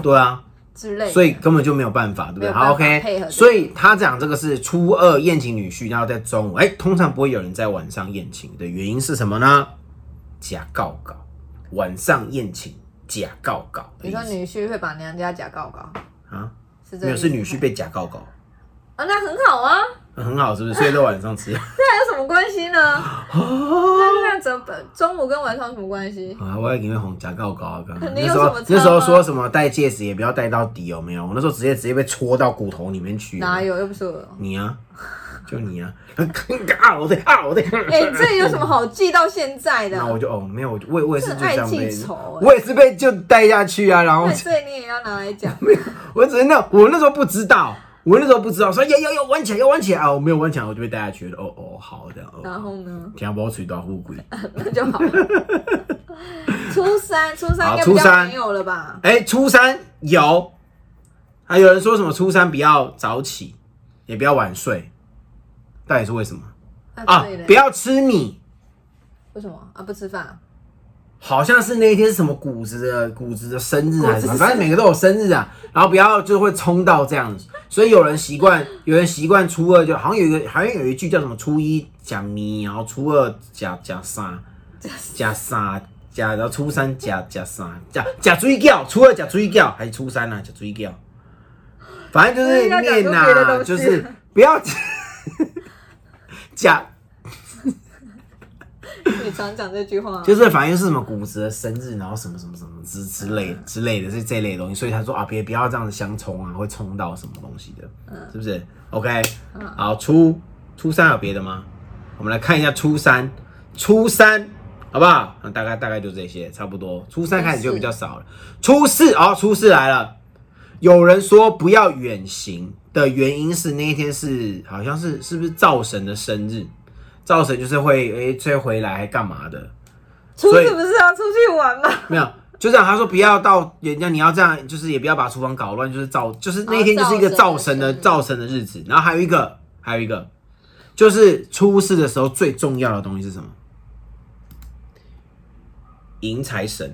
Speaker 1: 对啊，
Speaker 2: 之类的。
Speaker 1: 所以根本就没有办法，对不
Speaker 2: 没
Speaker 1: 对？
Speaker 2: 有办
Speaker 1: 好
Speaker 2: 法配
Speaker 1: ，OK，
Speaker 2: 合这个
Speaker 1: 所以他讲这个是初二宴请女婿，然后在中午，哎、通常不会有人在晚上宴请的原因是什么呢？假告告，晚上宴请假告告的
Speaker 2: 你
Speaker 1: 意
Speaker 2: 说
Speaker 1: 思
Speaker 2: 女婿会把娘家假告告，
Speaker 1: 啊，
Speaker 2: 是这
Speaker 1: 没
Speaker 2: 个
Speaker 1: 有
Speaker 2: 意思
Speaker 1: 是
Speaker 2: 吗？
Speaker 1: 女婿被假告告，
Speaker 2: 啊，那很好啊，
Speaker 1: 很好，是不是？所以在晚上吃
Speaker 2: 那有什么关系呢？ 那那怎么中午跟晚上有什么关系？
Speaker 1: 啊，我也因为红夹告高啊，刚刚那
Speaker 2: 你有
Speaker 1: 时
Speaker 2: 什
Speaker 1: 候
Speaker 2: 么差吗
Speaker 1: 那时候说什么戴戒指也不要戴到底，有没有？我那时候直接直接被戳到骨头里面去。
Speaker 2: 哪有？又不是我。
Speaker 1: 你啊？就你啊， 啊我的啊我的，
Speaker 2: 哎、这有什么好记到现在的
Speaker 1: 然？后我就哦没有，我就我也我也是就这样
Speaker 2: 这爱
Speaker 1: 被
Speaker 2: 记仇欸，
Speaker 1: 我也是被就带下去啊，然后
Speaker 2: 那这你也要拿来讲，
Speaker 1: 没有，我只是那我那时候不知道，我那时候不知道，说要要要弯起来要弯起来啊，我没有弯起来，我就被带下去了，哦哦好的，哦
Speaker 2: 然后呢，
Speaker 1: 听不到水大富贵。
Speaker 2: 那就好了。 初三，初三
Speaker 1: 好
Speaker 2: 应该比
Speaker 1: 初
Speaker 2: 较
Speaker 1: 三
Speaker 2: 没有了吧？
Speaker 1: 哎、初三有，还有人说什么初三不要早起，也不要晚睡，到底是为什么
Speaker 2: 啊
Speaker 1: 啊
Speaker 2: 对？
Speaker 1: 不
Speaker 2: 嘞，
Speaker 1: 要吃米，
Speaker 2: 为什么啊？不吃饭啊？
Speaker 1: 好像是那一天是什么谷子的谷子的生日还是什
Speaker 2: 谷子
Speaker 1: 么，
Speaker 2: 生
Speaker 1: 反正每个都有生日啊。然后不要就会冲到这样子，所以有人习惯，有人习惯初二就好像有一个好像有一句叫什么初一讲米，然后初二讲讲啥，讲啥。假，然后初三假假啥假假追教，初二假追教，还是初三啊假追教，反正就是念
Speaker 2: 就是要讲出别的
Speaker 1: 呐、
Speaker 2: 东西啊
Speaker 1: 就是不要 假
Speaker 2: 你常讲这句话啊，
Speaker 1: 就是反正是什么骨折、生日，然后什么什么什么之之类之类的，是这类的东西。所以他说啊，别不要这样子相冲啊，会冲到什么东西的，是不是？OK，好，初初三有别的吗？我们来看一下初三，初三好不好？那大概大概就这些，差不多。初三开始就比较少了。初四哦，初四来了。有人说不要远行的原因是那一天是好像是是不是灶神的生日？灶神就是会诶、追回来还干嘛的？
Speaker 2: 初
Speaker 1: 所以
Speaker 2: 四不是要出去玩吗？
Speaker 1: 没有，就这样。他说不要到人家，你要这样，就是也不要把厨房搞乱，就是造，就是那一天就是一个造神的
Speaker 2: 哦
Speaker 1: 造神的日子。然后还有一个，还有一个，就是出事的时候最重要的东西是什么？迎财神。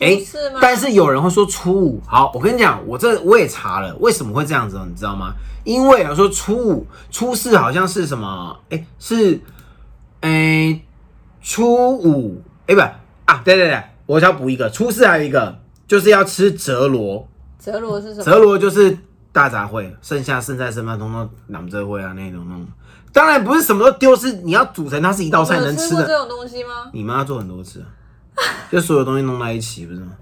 Speaker 1: 哎、
Speaker 2: 初四吗？
Speaker 1: 但是有人会说初五，好，我跟你讲，我这我也查了，为什么会这样子，你知道吗？因为有人说初五、初四好像是什么？哎、是，哎、初五，哎、不啊，对对对，我想补一个，初四还有一个就是要吃折罗，
Speaker 2: 折罗是什么？
Speaker 1: 折罗就是大杂烩，剩下剩菜剩饭通通揽这烩啊那种弄。当然不是什么都丢，是你要煮成它是一道菜
Speaker 2: 你有
Speaker 1: 能吃
Speaker 2: 过
Speaker 1: 的
Speaker 2: 这。种东西吗？
Speaker 1: 你妈做很多次啊，就所有东西弄在一起，不是吗？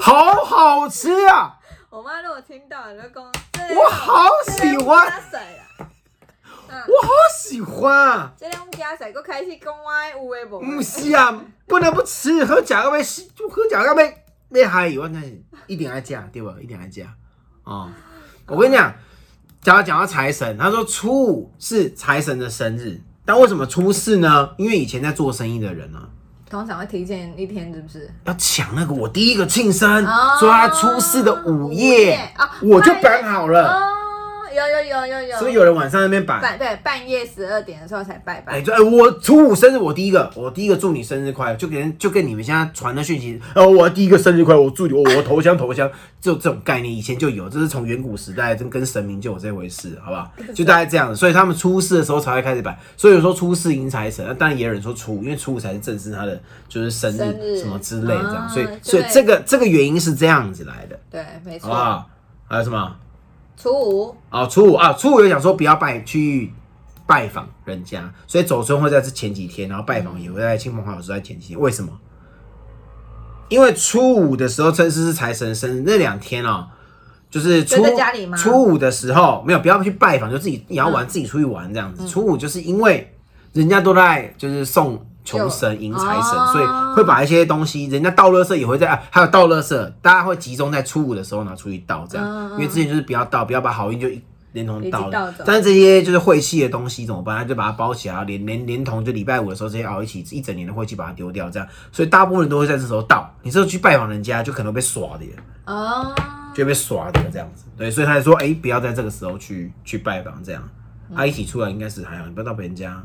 Speaker 1: 好好吃啊！
Speaker 2: 我妈如果听到，你就讲，
Speaker 1: 我好喜欢，
Speaker 2: 加水啦，
Speaker 1: 我好喜欢啊！
Speaker 2: 这两加水，佫开始讲我的有诶无的？
Speaker 1: 不是啊，不能不吃，喝假个杯，就喝假个杯，杯还以外，那一点爱加啊对吧？一点爱加哦。我跟你讲，讲到讲到财神，他说初五是财神的生日，但为什么初四呢？因为以前在做生意的人呢、啊，
Speaker 2: 通常会提前一天，是不是？
Speaker 1: 要抢那个我第一个庆生，
Speaker 2: 哦
Speaker 1: 所以他初四的午
Speaker 2: 午夜
Speaker 1: 夜
Speaker 2: 哦，
Speaker 1: 我就搬好了。
Speaker 2: 哦，有有有有有，
Speaker 1: 呃所以有人晚上在那边摆，
Speaker 2: 半对半夜十二点的时候才拜
Speaker 1: 哎，
Speaker 2: 拜，
Speaker 1: 就哎，我初五生日，我第一个，我第一个祝你生日快乐，就给人就跟你们现在传的讯息，呃，我第一个生日快乐，我祝你，我我投降投降，就这种概念以前就有，这是从远古时代跟跟神明就有这回事，好不好？就大概这样子，所以他们初四的时候才会开始摆，所以有说初四迎财神，那当然也有人说初五，因为初五才是正式他的就是生
Speaker 2: 生
Speaker 1: 日
Speaker 2: 日
Speaker 1: 什么之类这样，
Speaker 2: 啊
Speaker 1: 所以
Speaker 2: 对
Speaker 1: 所以这个这个原因是这样子来的。
Speaker 2: 对，没
Speaker 1: 好不
Speaker 2: 错。
Speaker 1: 好？还有什么？
Speaker 2: 初五
Speaker 1: 哦，初五啊，初五有想说不要拜去拜访人家，所以走村会在这前几天，然后拜访也会在亲朋好友是在前几天。为什么？因为初五的时候正式是财神生日那两天哦，就是初
Speaker 2: 就在家里吗嗯
Speaker 1: 初五的时候没有不要去拜访，就自己也要玩、自己出去玩这样子。初五就是因为人家都在就是送。穷神迎财神，
Speaker 2: 哦
Speaker 1: 所以会把一些东西，人家倒垃圾也会在，啊、还有倒垃圾，大家会集中在初五的时候拿出去倒，这样，
Speaker 2: 嗯嗯
Speaker 1: 因为之前就是不要倒，不要把好运就一连同
Speaker 2: 一起
Speaker 1: 倒了
Speaker 2: 倒走
Speaker 1: 但是这些就是晦气的东西怎么办？他就把它包起来，连连连同就礼拜五的时候这些熬一起，一整年的晦气把它丢掉，这样。所以大部分人都会在这时候倒。你这时候去拜访人家，就可能会被耍的耶，
Speaker 2: 哦，
Speaker 1: 就会被耍的这样子。对，所以他就说，哎、不要在这个时候去去拜访这样。
Speaker 2: 嗯
Speaker 1: 啊他、一起出来应该是还好，你不要到别人家，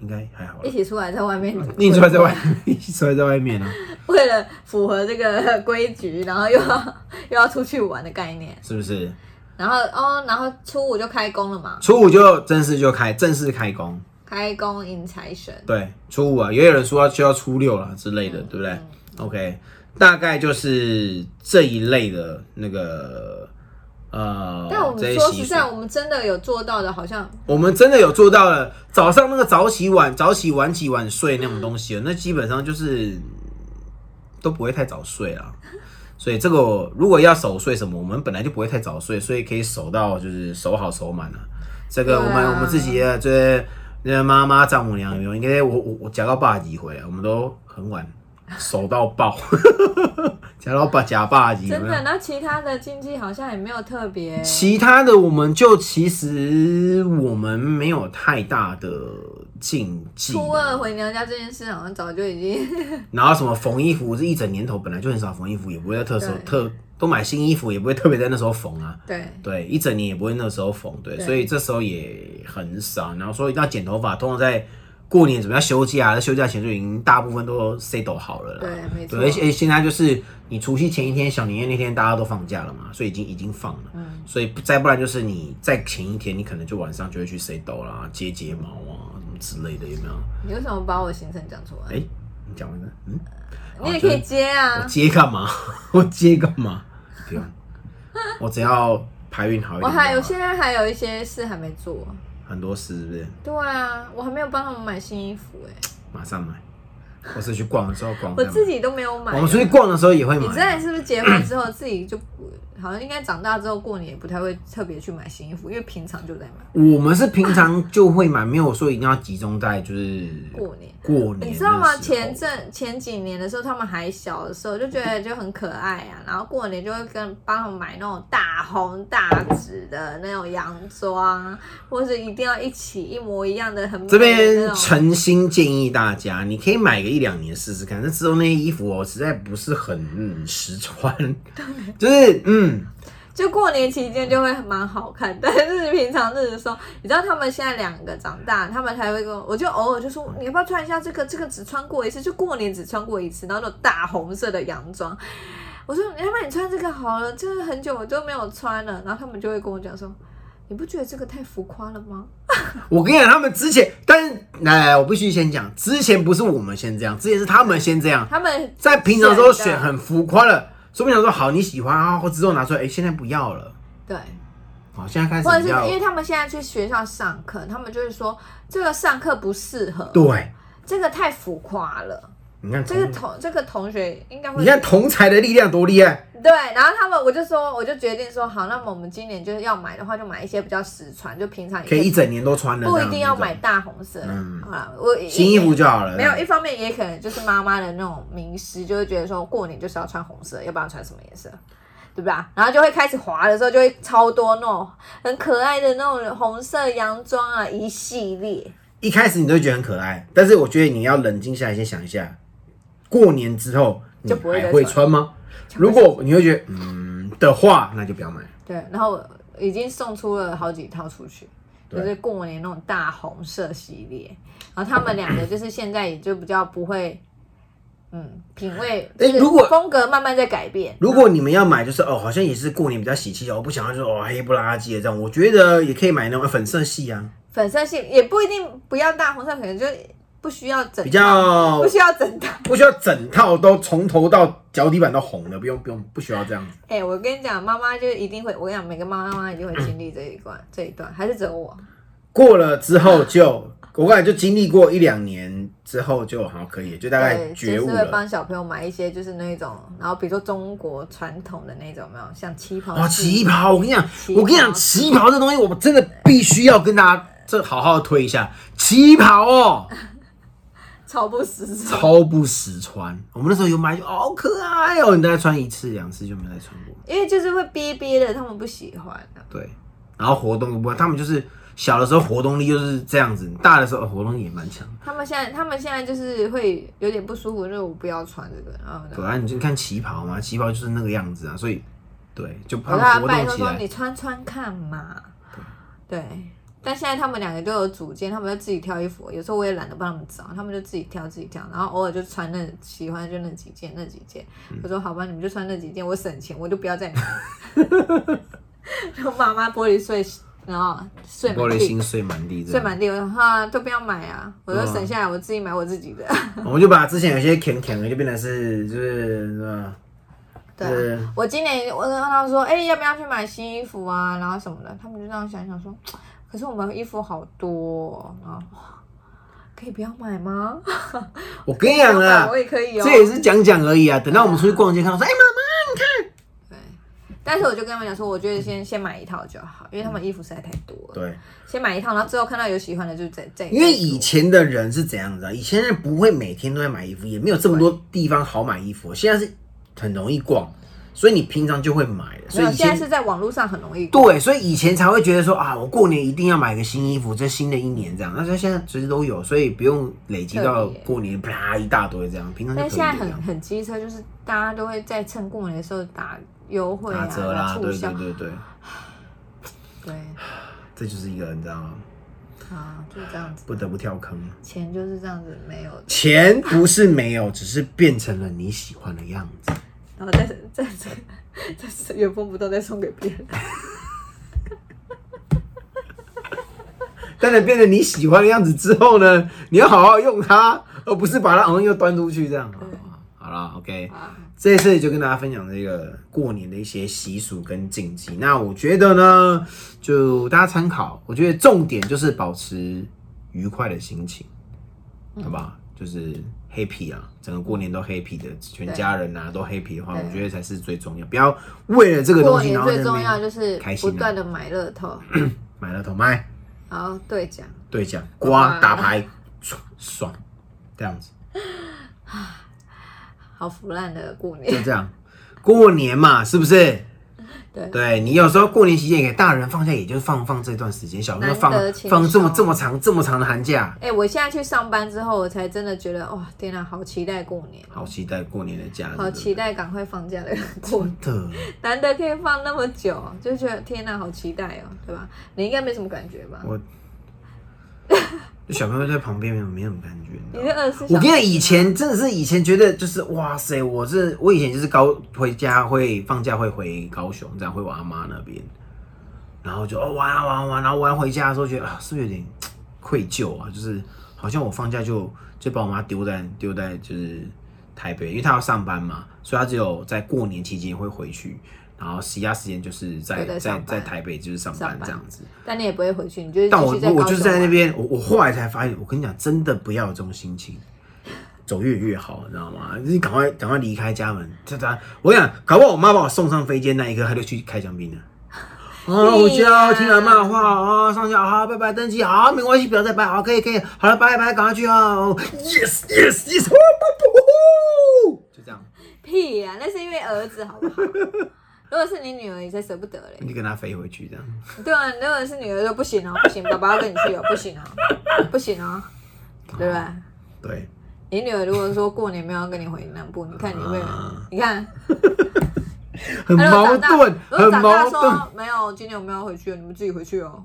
Speaker 1: 应该还好啦
Speaker 2: 一。起出来在外面，
Speaker 1: 你出来在外， 你出来在外面啊，
Speaker 2: 为了符合这个规矩，然后又要 又要出去玩的概念，
Speaker 1: 是不是？
Speaker 2: 然后哦，然后初五就开工了嘛，
Speaker 1: 初五就正式就开正式开工。
Speaker 2: 开工迎财神，
Speaker 1: 对，初五啊，也有人说要就要初六啦之类的，对不对、o
Speaker 2: 嗯
Speaker 1: k 大概就是这一类的那个呃，
Speaker 2: 但我
Speaker 1: 这
Speaker 2: 们
Speaker 1: 些
Speaker 2: 说
Speaker 1: 习
Speaker 2: 实
Speaker 1: 俗
Speaker 2: 在，我们真的有做到的，好像
Speaker 1: 我们真的有做到了早上那个早起晚早起晚起晚睡那种东西，那基本上就是都不会太早睡啦。啊所以这个如果要守岁什么，我们本来就不会太早睡，所以可以守到就是守好守满啊。这个
Speaker 2: 对啊
Speaker 1: 我们、我们自己的这那个妈妈丈母娘有没有？应该我我我夹到爸几回啊，我们都很晚守到爆， 夹到爸夹爸几有
Speaker 2: 真
Speaker 1: 没有
Speaker 2: 的，？那其他的经济好像也没有特别，
Speaker 1: 其他的我们就其实我们没有太大的禁忌啊，
Speaker 2: 初二回娘家这件事好像早就已经
Speaker 1: 然后什么缝衣服，这一整年头本来就很少缝衣服，也不会在特首
Speaker 2: 对
Speaker 1: 特都买新衣服，也不会特别在那时候缝啊。
Speaker 2: 对
Speaker 1: 对，一整年也不会那时候缝，对，
Speaker 2: 对
Speaker 1: 所以这时候也很少。然后所以到剪头发，通常在过年准备要休假，在休假前就已经大部分都 set 好了啦。
Speaker 2: 对，没错
Speaker 1: 对，，而且而且现在就是你除夕前一天、小年夜那天大家都放假了嘛，所以已经已经放了。
Speaker 2: 嗯，
Speaker 1: 所以不再不然就是你在前一天，你可能就晚上就会去 set 啦、接睫毛啊什么之类的，有没有？
Speaker 2: 你为什么把我行程讲出来？
Speaker 1: 哎、你讲完了，嗯。
Speaker 2: 你也可以接
Speaker 1: 我
Speaker 2: 啊，
Speaker 1: 接干嘛？ 我接干嘛？不用，我只要排运好一
Speaker 2: 我
Speaker 1: 点就好。
Speaker 2: 还有现在还有一些事还没做。
Speaker 1: 很多事，是不是？
Speaker 2: 对啊，我还没有帮他们买新衣服哎、
Speaker 1: 马上买。我是去逛的时候逛。
Speaker 2: 我自
Speaker 1: 己。
Speaker 2: 己都没有买。
Speaker 1: 我们出去逛的时候也会
Speaker 2: 你
Speaker 1: 买
Speaker 2: 之。前是不是结婚之后自己就不好像应该长大之后过年也不太会特别去买新衣服，因为平常就在买
Speaker 1: 我们是平常就会买，没有说一定要集中在就是
Speaker 2: 过年。
Speaker 1: 过年的时候。
Speaker 2: 你知道吗？前阵前几年的时候，他们还小的时候，就觉得就很可爱啊。然后过年就会跟帮他们买那种大红大紫的那种洋装，或者一定要一起一模一样的很美的
Speaker 1: 这
Speaker 2: 那
Speaker 1: 边
Speaker 2: 种
Speaker 1: 诚心建议大家，你可以买个一两年试试看。但之后那些衣服哦，实在不是很、嗯、实穿，就是嗯，
Speaker 2: 就过年期间就会蛮好看，但是平常日的时候，你知道他们现在两个长大，他们才会跟我，我就偶尔就说你要不要穿一下这个，这个只穿过一次，就过年只穿过一次，然后那种大红色的洋装，我说要不然你穿这个好了，这个很久我都没有穿了，然后他们就会跟我讲说，你不觉得这个太浮夸了吗？
Speaker 1: 我跟你讲，他们之前，但是来来，我必须先讲，之前不是我们先这样，之前是他们先这样，
Speaker 2: 他们
Speaker 1: 在平常的时候
Speaker 2: 选的
Speaker 1: 选很浮夸了，说不定想说好你喜欢啊，或之后拿出来，哎、现在不要了，
Speaker 2: 对，
Speaker 1: 好，现在开
Speaker 2: 或者
Speaker 1: 始比
Speaker 2: 是
Speaker 1: 较
Speaker 2: 因为他们现在去学校上课，他们就会说这个上课不适合，
Speaker 1: 对，
Speaker 2: 这个太浮夸了，
Speaker 1: 你看
Speaker 2: 这个
Speaker 1: 同，
Speaker 2: 同这个同学应该会
Speaker 1: 你看同才的力量多厉害，
Speaker 2: 对，然后他们我就说，我就决定说，好，那么我们今年就是要买的话，就买一些比较实穿，就平常也
Speaker 1: 可以一整年都穿的，
Speaker 2: 不
Speaker 1: 这
Speaker 2: 一
Speaker 1: 样
Speaker 2: 定
Speaker 1: 子
Speaker 2: 要
Speaker 1: 那
Speaker 2: 买
Speaker 1: 种
Speaker 2: 大红色。
Speaker 1: 嗯
Speaker 2: 好啦，我
Speaker 1: 新衣服就好了，
Speaker 2: 没有，一方面也可能就是妈妈的那种迷失，就会觉得说过年就是要穿红色，要不然穿什么颜色，对吧？然后就会开始滑的时候，就会超多那种很可爱的那种红色洋装啊，一系列。
Speaker 1: 一开始你都会觉得很可爱，但是我觉得你要冷静下来，先想一下，过年之后你
Speaker 2: 就不会再
Speaker 1: 还会
Speaker 2: 穿
Speaker 1: 穿吗？如果你会觉得嗯的话，那就不要买。
Speaker 2: 对，然后我已经送出了好几套出去，就
Speaker 1: 对
Speaker 2: 是过年那种大红色系列。然后他们两个就是现在也就比较不会，嗯，品味，
Speaker 1: 诶
Speaker 2: 就是
Speaker 1: 如果
Speaker 2: 风格慢慢在改变，
Speaker 1: 如果你们要买，就是哦，好像也是过年比较喜气哦，我不想要就是哦黑不拉几的这样，我觉得也可以买那种粉色系啊，
Speaker 2: 粉色系也不一定不要大红色，可能就不需要整
Speaker 1: 比
Speaker 2: 套
Speaker 1: 较
Speaker 2: 不需要整套。
Speaker 1: 不需要整套都从头到脚底板都红的，不用不用不需要这样子。
Speaker 2: 哎、我跟你讲，妈妈就一定会，我跟你讲，每个妈妈妈一定会经历这一关，这一段还是只有我。
Speaker 1: 过了之后就，我感觉就经历过一两年之后就好可以，就大概
Speaker 2: 对，
Speaker 1: 觉
Speaker 2: 就
Speaker 1: 悟
Speaker 2: 是会
Speaker 1: 了。
Speaker 2: 帮小朋友买一些，就是那种，然后比如说中国传统的那种，有没有像旗袍
Speaker 1: 哦，
Speaker 2: 系
Speaker 1: 旗袍，我跟你讲，
Speaker 2: 旗袍
Speaker 1: 我跟你讲，旗袍这东西我真的必须要跟大家这好好推一下，旗袍 哦。
Speaker 2: 超不实诚。
Speaker 1: 超不实穿，我们那时候有买，就哦好可爱哦！你大概穿一次两次就没有再穿过。
Speaker 2: 因为就是会憋憋的，他们不喜欢、啊。
Speaker 1: 对，然后活动力不会，他们就是小的时候活动力就是这样子，大的时候、呃活动力也蛮强。
Speaker 2: 他们现在，他们现在就是会有点不舒服，就是我不要穿这个，然后
Speaker 1: 对啊，你就看旗袍嘛，旗袍就是那个样子啊，所以对，就
Speaker 2: 我
Speaker 1: 怕
Speaker 2: 跟他
Speaker 1: 活
Speaker 2: 拜
Speaker 1: 动
Speaker 2: 托
Speaker 1: 起
Speaker 2: 说
Speaker 1: 来。
Speaker 2: 你穿穿看嘛。对，但现在他们两个都有主见，他们就自己挑衣服，有时候我也懒得帮他们找，他们就自己挑自己挑，然后偶尔就穿那喜欢就那几件那几件。
Speaker 1: 嗯
Speaker 2: 我说好吧，你们就穿那几件，我省钱，我就不要再买。 然后妈妈玻璃碎，然后碎
Speaker 1: 玻
Speaker 2: 满
Speaker 1: 璃
Speaker 2: 地，
Speaker 1: 心碎满地这
Speaker 2: 碎
Speaker 1: 样，
Speaker 2: 满地，我说哈都不要买啊，我就省下来，我自己买我自己 的。
Speaker 1: 我们就把之前有些甜甜的就变成是就是呃
Speaker 2: 对啊、
Speaker 1: 对
Speaker 2: 我今年我跟他说，哎、要不要去买新衣服啊？然后什么的，他们就这样想想说，可是我们衣服好多、哦，然后哇可以不要买吗？
Speaker 1: 我跟你讲
Speaker 2: 不要买
Speaker 1: 啊
Speaker 2: 我，也可以哦。
Speaker 1: 这也是讲讲而已啊。等到我们出去逛街看到说，哎、妈妈，你看
Speaker 2: 但是我就跟他们讲说，我觉得先先买一套就好，因为他们衣服实在太多了，
Speaker 1: 对，
Speaker 2: 先买一套，然后之后看到有喜欢的就再再。
Speaker 1: 因为以前的人是怎样的？以前人不会每天都在买衣服，也没有这么多地方好买衣服。现在是很容易逛，所以你平常就会买了。所
Speaker 2: 没有
Speaker 1: 以以
Speaker 2: 现在
Speaker 1: 前
Speaker 2: 是在网络上很容易。
Speaker 1: 对，所以以前才会觉得说啊，我过年一定要买个新衣服，这新的一年这样。那就现在随时都有，所以不用累积到
Speaker 2: 特别
Speaker 1: 过年啪一大堆这样，平常就可
Speaker 2: 但
Speaker 1: 以
Speaker 2: 现在
Speaker 1: 这
Speaker 2: 很
Speaker 1: 样
Speaker 2: 很机车，就是大家都会在趁过年的时候打优惠
Speaker 1: 打
Speaker 2: 啊、
Speaker 1: 折啦，
Speaker 2: 促
Speaker 1: 对
Speaker 2: 销
Speaker 1: 对，对对，
Speaker 2: 对
Speaker 1: 这就是一个你知道吗？
Speaker 2: 啊，就是这样子，
Speaker 1: 不得不跳坑。
Speaker 2: 钱就是这样子没有的。
Speaker 1: 钱不是没有，只是变成了你喜欢的样子。
Speaker 2: 然后再再再再原封不动再送给别 人，
Speaker 1: 当然变成你喜欢的样子之后呢，你要好好用它，而不是把它好像又端出去这样。
Speaker 2: 嗯
Speaker 1: 好啦 o k
Speaker 2: 啊
Speaker 1: 这一次就跟大家分享这个过年的一些习俗跟禁忌。那我觉得呢，就大家参考。我觉得重点就是保持愉快的心情，
Speaker 2: 嗯
Speaker 1: 好吧？就是 happy 啊，整个过年都 happy 的，全家人啊都 happy 的话，
Speaker 2: 对
Speaker 1: 我觉得才是最重要。不要为了这个东
Speaker 2: 过
Speaker 1: 西，
Speaker 2: 年
Speaker 1: 然后在
Speaker 2: 最
Speaker 1: 那边
Speaker 2: 重要就是
Speaker 1: 开
Speaker 2: 不
Speaker 1: 心啊
Speaker 2: 断的买乐透，
Speaker 1: 买了头麦。
Speaker 2: 然后兑奖。
Speaker 1: 对讲
Speaker 2: 哇
Speaker 1: 刮打牌，爽爽，这样子
Speaker 2: 好腐烂的过
Speaker 1: 就
Speaker 2: 年，
Speaker 1: 这样。过年嘛，是不是？
Speaker 2: 对
Speaker 1: 对你有时候过年期间给大人放假，也就放放这段时间，小朋友放
Speaker 2: 难得轻松
Speaker 1: 放这么这么长这么长的寒假，
Speaker 2: 哎、我现在去上班之后，我才真的觉得，哇，天哪、好期待过年，
Speaker 1: 好期待过年的假日，
Speaker 2: 好期待赶快放假的 过年，
Speaker 1: 对不对。
Speaker 2: 难得可以放那么久，就觉得天哪、好期待哦，对吧？你应该没什么感觉吧？
Speaker 1: 我就小朋友在旁边没有没什么感觉。你知道
Speaker 2: 你
Speaker 1: 吗
Speaker 2: 是二十四
Speaker 1: 我
Speaker 2: 小
Speaker 1: 跟你
Speaker 2: 时，
Speaker 1: 讲，以前真的是以前觉得就是哇塞，我是我以前就是高回家会放假会回高雄，这样会我阿妈那边，然后就哦玩啊玩啊玩啊，然后玩回家的时候觉得啊是 不是有点嘖愧疚啊？就是好像我放假就就把我妈丢在丢在就是台北，因为她要上班嘛，所以她只有在过年期间会回去，然后其他时间就是在
Speaker 2: 就在
Speaker 1: 在
Speaker 2: 上班
Speaker 1: 在台北就是上
Speaker 2: 上
Speaker 1: 班
Speaker 2: 班
Speaker 1: 这样子。
Speaker 2: 但你也不会回去，你就是
Speaker 1: 但
Speaker 2: 继
Speaker 1: 我
Speaker 2: 续在
Speaker 1: 我
Speaker 2: 高
Speaker 1: 就是
Speaker 2: 雄
Speaker 1: 在那
Speaker 2: 玩
Speaker 1: 边，我我后来才发现，我跟你讲，真的不要有这种心情，走越远越好，你知道吗？你赶快赶快离开家门，这这，我跟你讲，搞不好我妈把我送上飞机那一刻，她就去开香槟了。啊，我就要听阿妈的话啊，上下啊，拜拜，登记啊，没关系，不要再拜啊，可以可以，好了，拜拜，赶快去啊哦，yes yes yes，呼呼呼呼就这样，
Speaker 2: 屁呀、那是因为儿子好 不好？如果是你女儿，你才舍不得嘞。
Speaker 1: 你就跟她飞回去这样。
Speaker 2: 对啊，如果是女儿说不行哦，不行，爸爸要跟你去哦，不行哦，不行哦，对不对？
Speaker 1: 对，
Speaker 2: 你女儿如果说过年没有要跟你回南部，你看你会
Speaker 1: 啊，
Speaker 2: 你看，
Speaker 1: 很
Speaker 2: 她如果
Speaker 1: 矛
Speaker 2: 长大
Speaker 1: 盾，
Speaker 2: 如果
Speaker 1: 很
Speaker 2: 长
Speaker 1: 矛
Speaker 2: 大
Speaker 1: 盾。
Speaker 2: 说没有，今年我们要回去，你们自己回去哦。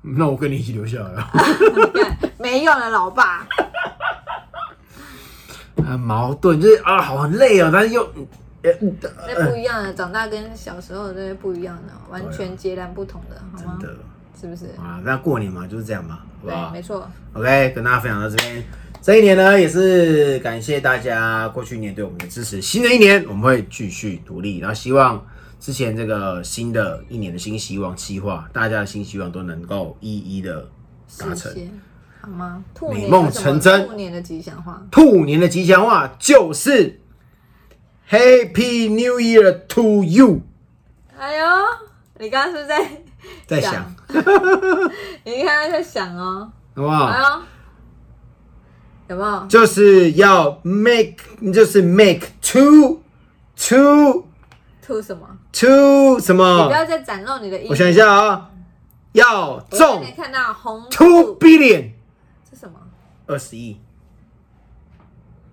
Speaker 1: 那我跟你一起留下来啊。
Speaker 2: 你看，没用了，老爸。
Speaker 1: 很矛盾，就是啊，好累哦，但是又，
Speaker 2: 嗯
Speaker 1: 呃，呃
Speaker 2: 那不一样的，啊长大跟小时候的那不一样的，完全截然不同的，好吗
Speaker 1: 真？的
Speaker 2: 是不是？
Speaker 1: 啊，那过年嘛就是这样嘛，好不
Speaker 2: 对，
Speaker 1: 好
Speaker 2: 没错。
Speaker 1: ？OK，跟大家分享到这边。这一年呢，也是感谢大家过去一年对我们的支持。新的一年，我们会继续努力，然后希望之前这个新的一年的新希望计划，大家的新希望都能够一一的达
Speaker 2: 谢
Speaker 1: 成。
Speaker 2: 谢，好吗？兔
Speaker 1: 美
Speaker 2: 年
Speaker 1: 梦
Speaker 2: 有什么
Speaker 1: 成真
Speaker 2: 兔年的吉祥话。
Speaker 1: 兔年的吉祥话就是 Happy New Year to you，
Speaker 2: 哎呦，你刚刚是不是啊在？
Speaker 1: 在
Speaker 2: 想
Speaker 1: 想，
Speaker 2: 你刚刚在想哦。
Speaker 1: 好不好？
Speaker 2: 哎呦，有没有？
Speaker 1: 就是要 make，就是 make two two
Speaker 2: 兔什么？
Speaker 1: two 什
Speaker 2: 你不
Speaker 1: 么？
Speaker 2: 要再展露你的意思。
Speaker 1: 啊我想一下啊、要
Speaker 2: 我刚
Speaker 1: 中
Speaker 2: 才看到红
Speaker 1: two
Speaker 2: 兔
Speaker 1: billion
Speaker 2: 是什么？
Speaker 1: 二十亿，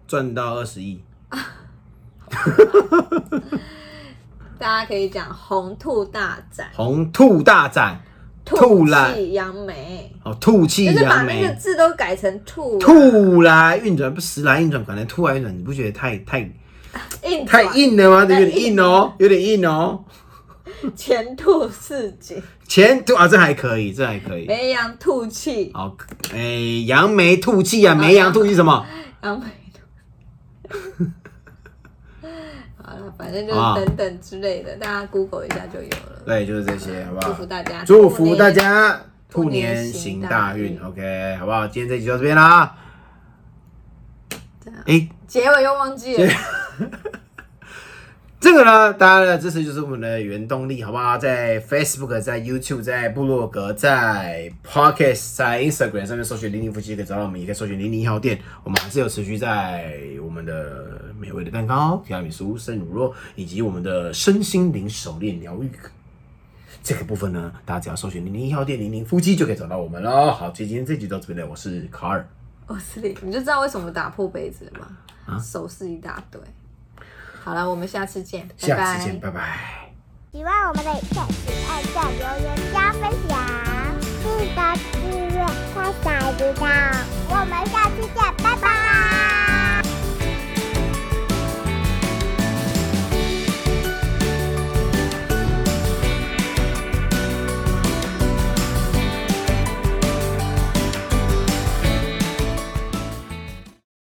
Speaker 1: 赚到二十亿，
Speaker 2: 大家可以讲红兔大展，
Speaker 1: 红兔大展，兔
Speaker 2: 吐
Speaker 1: 来
Speaker 2: 气扬眉，
Speaker 1: 哦，吐气
Speaker 2: 就是把
Speaker 1: 扬
Speaker 2: 那个
Speaker 1: 眉，
Speaker 2: 字都改成兔
Speaker 1: 兔来运转不时来运转，可能兔来运转，你不觉得太太
Speaker 2: 硬
Speaker 1: 太
Speaker 2: 转
Speaker 1: 硬了吗？有
Speaker 2: 太
Speaker 1: 点硬哦，有点硬哦。
Speaker 2: 前兔似 锦，
Speaker 1: 前兔啊，这还可以，这还可以。
Speaker 2: 梅羊吐气，
Speaker 1: 好，哎、扬眉吐气啊，眉扬吐气什么？
Speaker 2: 扬眉吐。 好了，反正就
Speaker 1: 啊
Speaker 2: 是等等之类的，大家 Google 一下就有了。
Speaker 1: 对，就是这些，好不好？
Speaker 2: 祝福大家，
Speaker 1: 祝福大家兔
Speaker 2: 兔
Speaker 1: 年
Speaker 2: 年
Speaker 1: 行
Speaker 2: 行
Speaker 1: 大
Speaker 2: 大
Speaker 1: 运
Speaker 2: 运
Speaker 1: ，OK，好不好？今天这集就到这边啦。
Speaker 2: 这样
Speaker 1: 哎、
Speaker 2: 结尾又忘记了，
Speaker 1: 这个呢，大家的支持就是我们的原动力，好不好？在 Facebook、在 YouTube、在部落格、在 Podcast、在 Instagram 上面搜寻零零夫妻，可以找到我们，也可以搜寻零零一号店。我们还是有持续在我们的美味的蛋糕、提拉米苏、生乳酪，以及我们的身心灵手链疗愈这个部分呢，大家只要搜寻零零一号店、零零夫妻就可以找到我们喽。好，所以今天这集到这边了，我是卡尔。
Speaker 2: 我是你，你就知道为什么打破杯子了吗？
Speaker 1: 啊
Speaker 2: 手势一大堆。好了，我们下次见，拜
Speaker 1: 下
Speaker 2: 拜。
Speaker 1: 次见，拜拜。
Speaker 3: 喜欢我们的影片，请按赞、留言、加分享，记得订阅、开小铃铛。我们下期见，拜拜